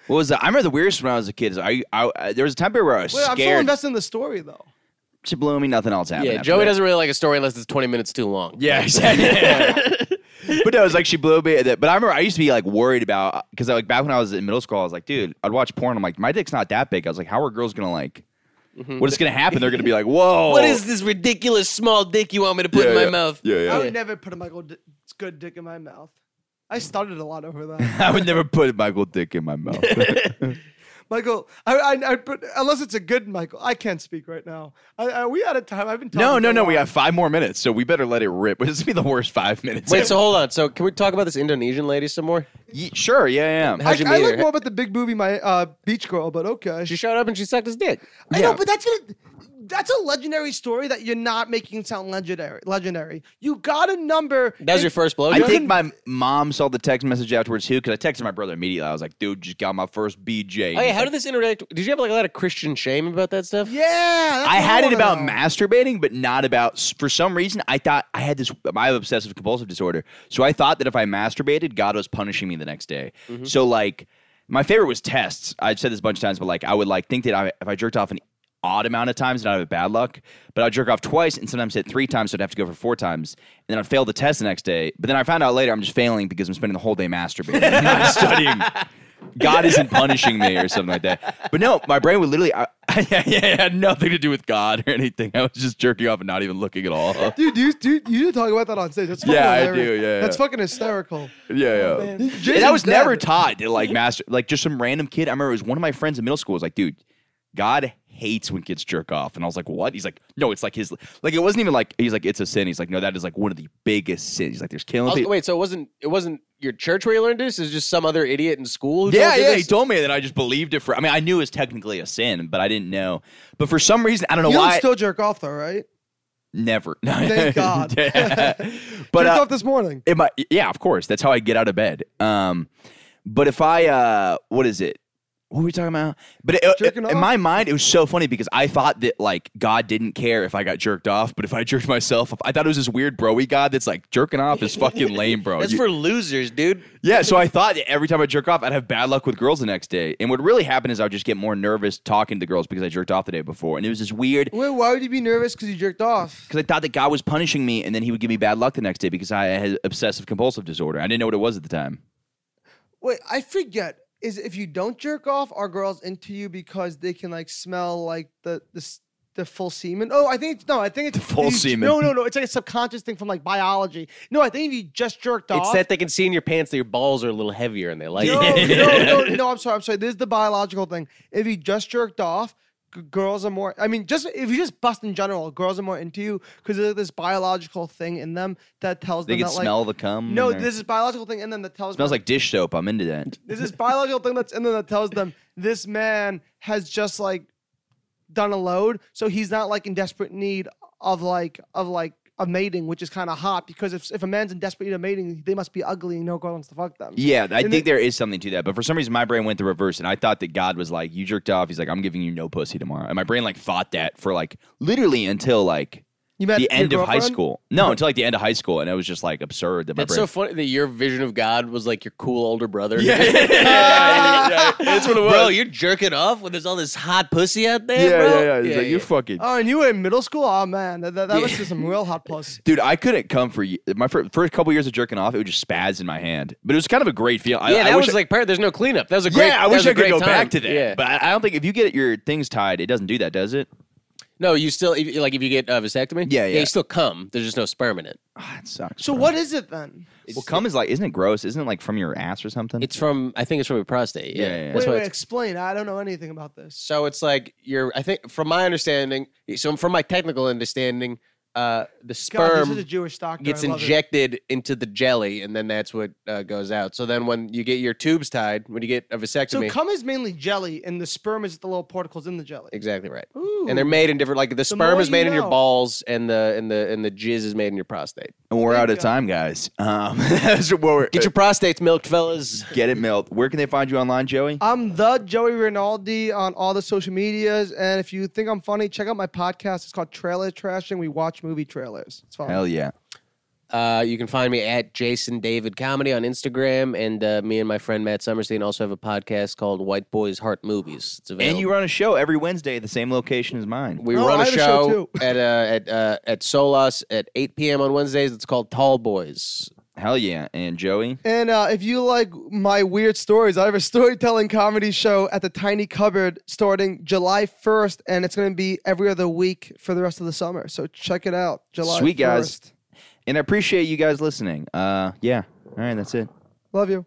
D: What was that? I remember the weirdest when I was a kid. Is I, I, I there was a time period where I was
G: Wait, I'm still
D: scared.
G: invested in the story though.
D: she blew me. Nothing else happened.
F: Yeah,
D: after
F: Joey
D: that.
F: doesn't really like a story unless it's 20 minutes too long.
D: Yeah, exactly. but no, it was like she blew me. That, but I remember I used to be like worried about because like back when I was in middle school, I was like, dude, I'd watch porn. I'm like, my dick's not that big. I was like, how are girls gonna like? What is gonna happen? They're gonna be like, whoa,
F: Mm-hmm. What is this ridiculous small dick you want me to put
D: Yeah,
F: in my
D: yeah.
F: mouth? Oh,
D: Yeah,
G: I
D: yeah.
G: would never put a Michael D- good dick in my mouth. I stuttered a lot over that.
D: I would never put a Michael Dick in my mouth.
G: Michael, I, I, I put, unless it's a good Michael, I can't speak right now. I, I, we out of time. I've been talking.
D: no, no,
G: for a
D: no. We
G: while.
D: have five more minutes, so we better let it rip. This will be the worst five minutes.
F: Wait, so hold on. So can we talk about this Indonesian lady some more?
D: Ye- sure, yeah, yeah.
F: How'd you
G: I, I
F: meet
G: like
F: her?
G: more about the big booby, my uh, beach girl, but okay.
F: She showed up and she sucked his dick.
G: I know, but that's a, that's a legendary story that you're not making sound legendary. Legendary. You got a number.
F: That was your
G: and-
F: first blow.
D: I think my mom saw the text message afterwards too, because I texted my brother immediately. I was like, "Dude, just got my first BJ."
F: Oh yeah, how did this interact? Did you have like a lot of Christian shame about that stuff?
G: Yeah, that's
D: I
G: what
D: had it
G: wanna
D: about
G: know.
D: masturbating, but not about. For some reason, I thought I had this. I have obsessive compulsive disorder, so I thought that if I masturbated, God was punishing me the next day.
G: Mm-hmm.
D: So like, my favorite was tests. I've said this a bunch of times, but like, I would like think that I, if I jerked off an odd amount of times, and I have bad luck, but I'd jerk off twice and sometimes hit three times, so I'd have to go for four times, and then I'd fail the test the next day. But then I found out later I'm just failing because I'm spending the whole day masturbating, I'm not studying. God isn't punishing me or something like that. But no, my brain would literally, I, I, had nothing to do with God or anything. I was just jerking off and not even looking at all.
G: Dude, you, dude, you did talk about that on stage. That's fucking
D: Yeah, I
G: hilarious.
D: do, yeah,
G: That's
D: yeah.
G: fucking oh, hysterical.
D: yeah, yeah.
G: Jason's
D: And I was
G: dead.
D: never taught to like master, like just some random kid. I remember it was one of my friends in middle school was like, dude, God hates when kids jerk off. And I was like, what? He's like, no, it's like his, like, it wasn't even like, he's like, it's a sin. He's like, no, that is like one of the biggest sins. He's like, there's killing
F: Also-
D: people.
F: Oh, wait, so it wasn't it wasn't your church where you learned this? It was just some other idiot in school? Who
D: Yeah,
F: told you
D: yeah,
F: this?
D: he told me that I just believed it for. I mean, I knew it was technically a sin, but I didn't know. But for some reason, I don't know
G: You don't
D: why.
G: still jerk off though, right?
D: Never.
G: Thank God.
D: Yeah. but
G: Jerked
D: uh,
G: off this morning.
D: am I, yeah, of course. That's how I get out of bed. Um, but if I, uh, what is it? What were we talking about? But it, it-
G: Jerking
D: in
G: off?
D: my mind, it was so funny because I thought that like God didn't care if I got jerked off, but if I jerked myself, off, I thought it was this weird broy God that's like jerking off is fucking lame, bro.
F: That's
D: You-
F: for losers, dude.
D: yeah, so I thought that every time I jerk off, I'd have bad luck with girls the next day. And what really happened is I would just get more nervous talking to girls because I jerked off the day before, and it was this weird
G: Wait, why would you be nervous because you jerked off?
D: because I thought that God was punishing me, and then He would give me bad luck the next day because I had obsessive compulsive disorder. I didn't know what it was at the time.
G: Wait, I forget. Is if you don't jerk off, are girls into you because they can like smell like the the s- the full semen. Oh, I think it's no. I think it's
D: full
G: you-
D: semen.
G: No, no, no. It's like a subconscious thing from like biology. No, I think if you just jerked off.
F: It's that they can see in your pants that your balls are a little heavier and they like
G: no,
F: it.
G: no, no, no. I'm sorry. I'm sorry. This is the biological thing. If you just jerked off, g- girls are more. I mean, just if you just bust in general, girls are more into you because there's this biological thing in them that tells
D: They
G: them
D: can
G: that
D: smell
G: like.
D: the cum.
G: no,
D: in there.
G: this is biological thing in them that tells
D: smells
G: them,
D: like dish soap. I'm into that.
G: there's this biological thing that's in them that tells them this man has just like done a load, so he's not like in desperate need of like of like a mating, which is kind of hot because if if a man's in desperate need of mating, they must be ugly and no girl wants to fuck them.
D: Yeah, I
G: And
D: think there is something to that. But for some reason, my brain went the reverse, and I thought that God was like, "You jerked off." He's like, "I'm giving you no pussy tomorrow," and my brain like thought that for like literally until like
G: You met
D: the
G: your
D: end of high
G: girlfriend?
D: school. No, until like the end of high school, and it was just like absurd that my
F: That's so
D: brain.
F: funny that your vision of God was like your cool older brother.
D: yeah, yeah, yeah, yeah. That's what it was.
F: Bro, you're jerking off when there's all this hot pussy out there,
D: yeah,
F: bro.
D: yeah, yeah. He's like, "You're fucking."
G: Oh, and you were in middle school? Oh man, that, that, that was just some real hot puss.
D: Dude, I couldn't come for ye- my fir- first couple years of jerking off. It would just spaz in my hand, but it was kind of a great feel. I,
F: Yeah,
D: I
F: that
D: wish
F: was
D: I-
F: like part. There's no cleanup. That was a great.
D: yeah, I
F: that
D: wish
F: was a
D: I could
F: great
D: go
F: time.
D: back to that.
F: Yeah.
D: But I I don't think if you get your things tied, it doesn't do that, does it?
F: no, you still if- like if you get a vasectomy.
D: Yeah, yeah.
F: You still come. There's just no sperm in it.
D: Ah, it sucks.
G: So
D: bro.
G: what is it then?
D: Well, cum is like, isn't it gross? Isn't it like from your ass or something?
F: It's from. I think it's from your prostate. Yeah.
D: Yeah, yeah, yeah.
G: wait,
F: That's why
G: wait,
F: it's
G: explain. I don't know anything about this.
F: So it's like you're. I think from my understanding. So from my technical understanding, uh, the
G: God,
F: sperm
G: this is a Jewish doctor.
F: gets
G: I love it.
F: injected into the jelly, and then that's what uh, goes out. So then when you get your tubes tied, when you get
G: So
F: a vasectomy,
G: cum is mainly jelly, and the sperm is the little particles in the jelly.
F: exactly right.
G: Ooh.
F: And they're made in different. Like the, sperm
G: more
F: is made
G: you
F: in your
G: know.
F: balls, and the and the and the jizz is made in your prostate.
D: And we're out of
G: God.
D: time, guys. Um, that's where we're,
F: Get your prostates milked, fellas.
D: get it, Milt. Where can they find you online, Joey?
F: Uh,
G: I'm the Joey Rinaldi on all the social medias, and if you think I'm funny, check out my podcast. It's called Trailer Trashing. We watch movie trailers. It's fun.
D: Hell yeah.
F: Uh, you can find me at Jason David Comedy on Instagram, and uh, me and my friend Matt Summerstein also have a podcast called White Boys Heart Movies. It's available.
D: And you run a show every Wednesday at the same location as mine.
F: We
G: Oh,
F: run
G: I
F: a
G: have a
F: show,
G: show, too.
F: at uh, at uh, at Solas at 8 p.m. on Wednesdays. It's called Tall Boys.
D: Hell yeah. And Joey?
G: And uh, if you like my weird stories, I have a storytelling comedy show at the Tiny Cupboard starting July 1st, and it's going to be every other week for the rest of the summer. So check it out. July
D: Sweet, guys.
G: 1st.
D: And I appreciate you guys listening. Uh, yeah. All right, that's it.
G: Love you.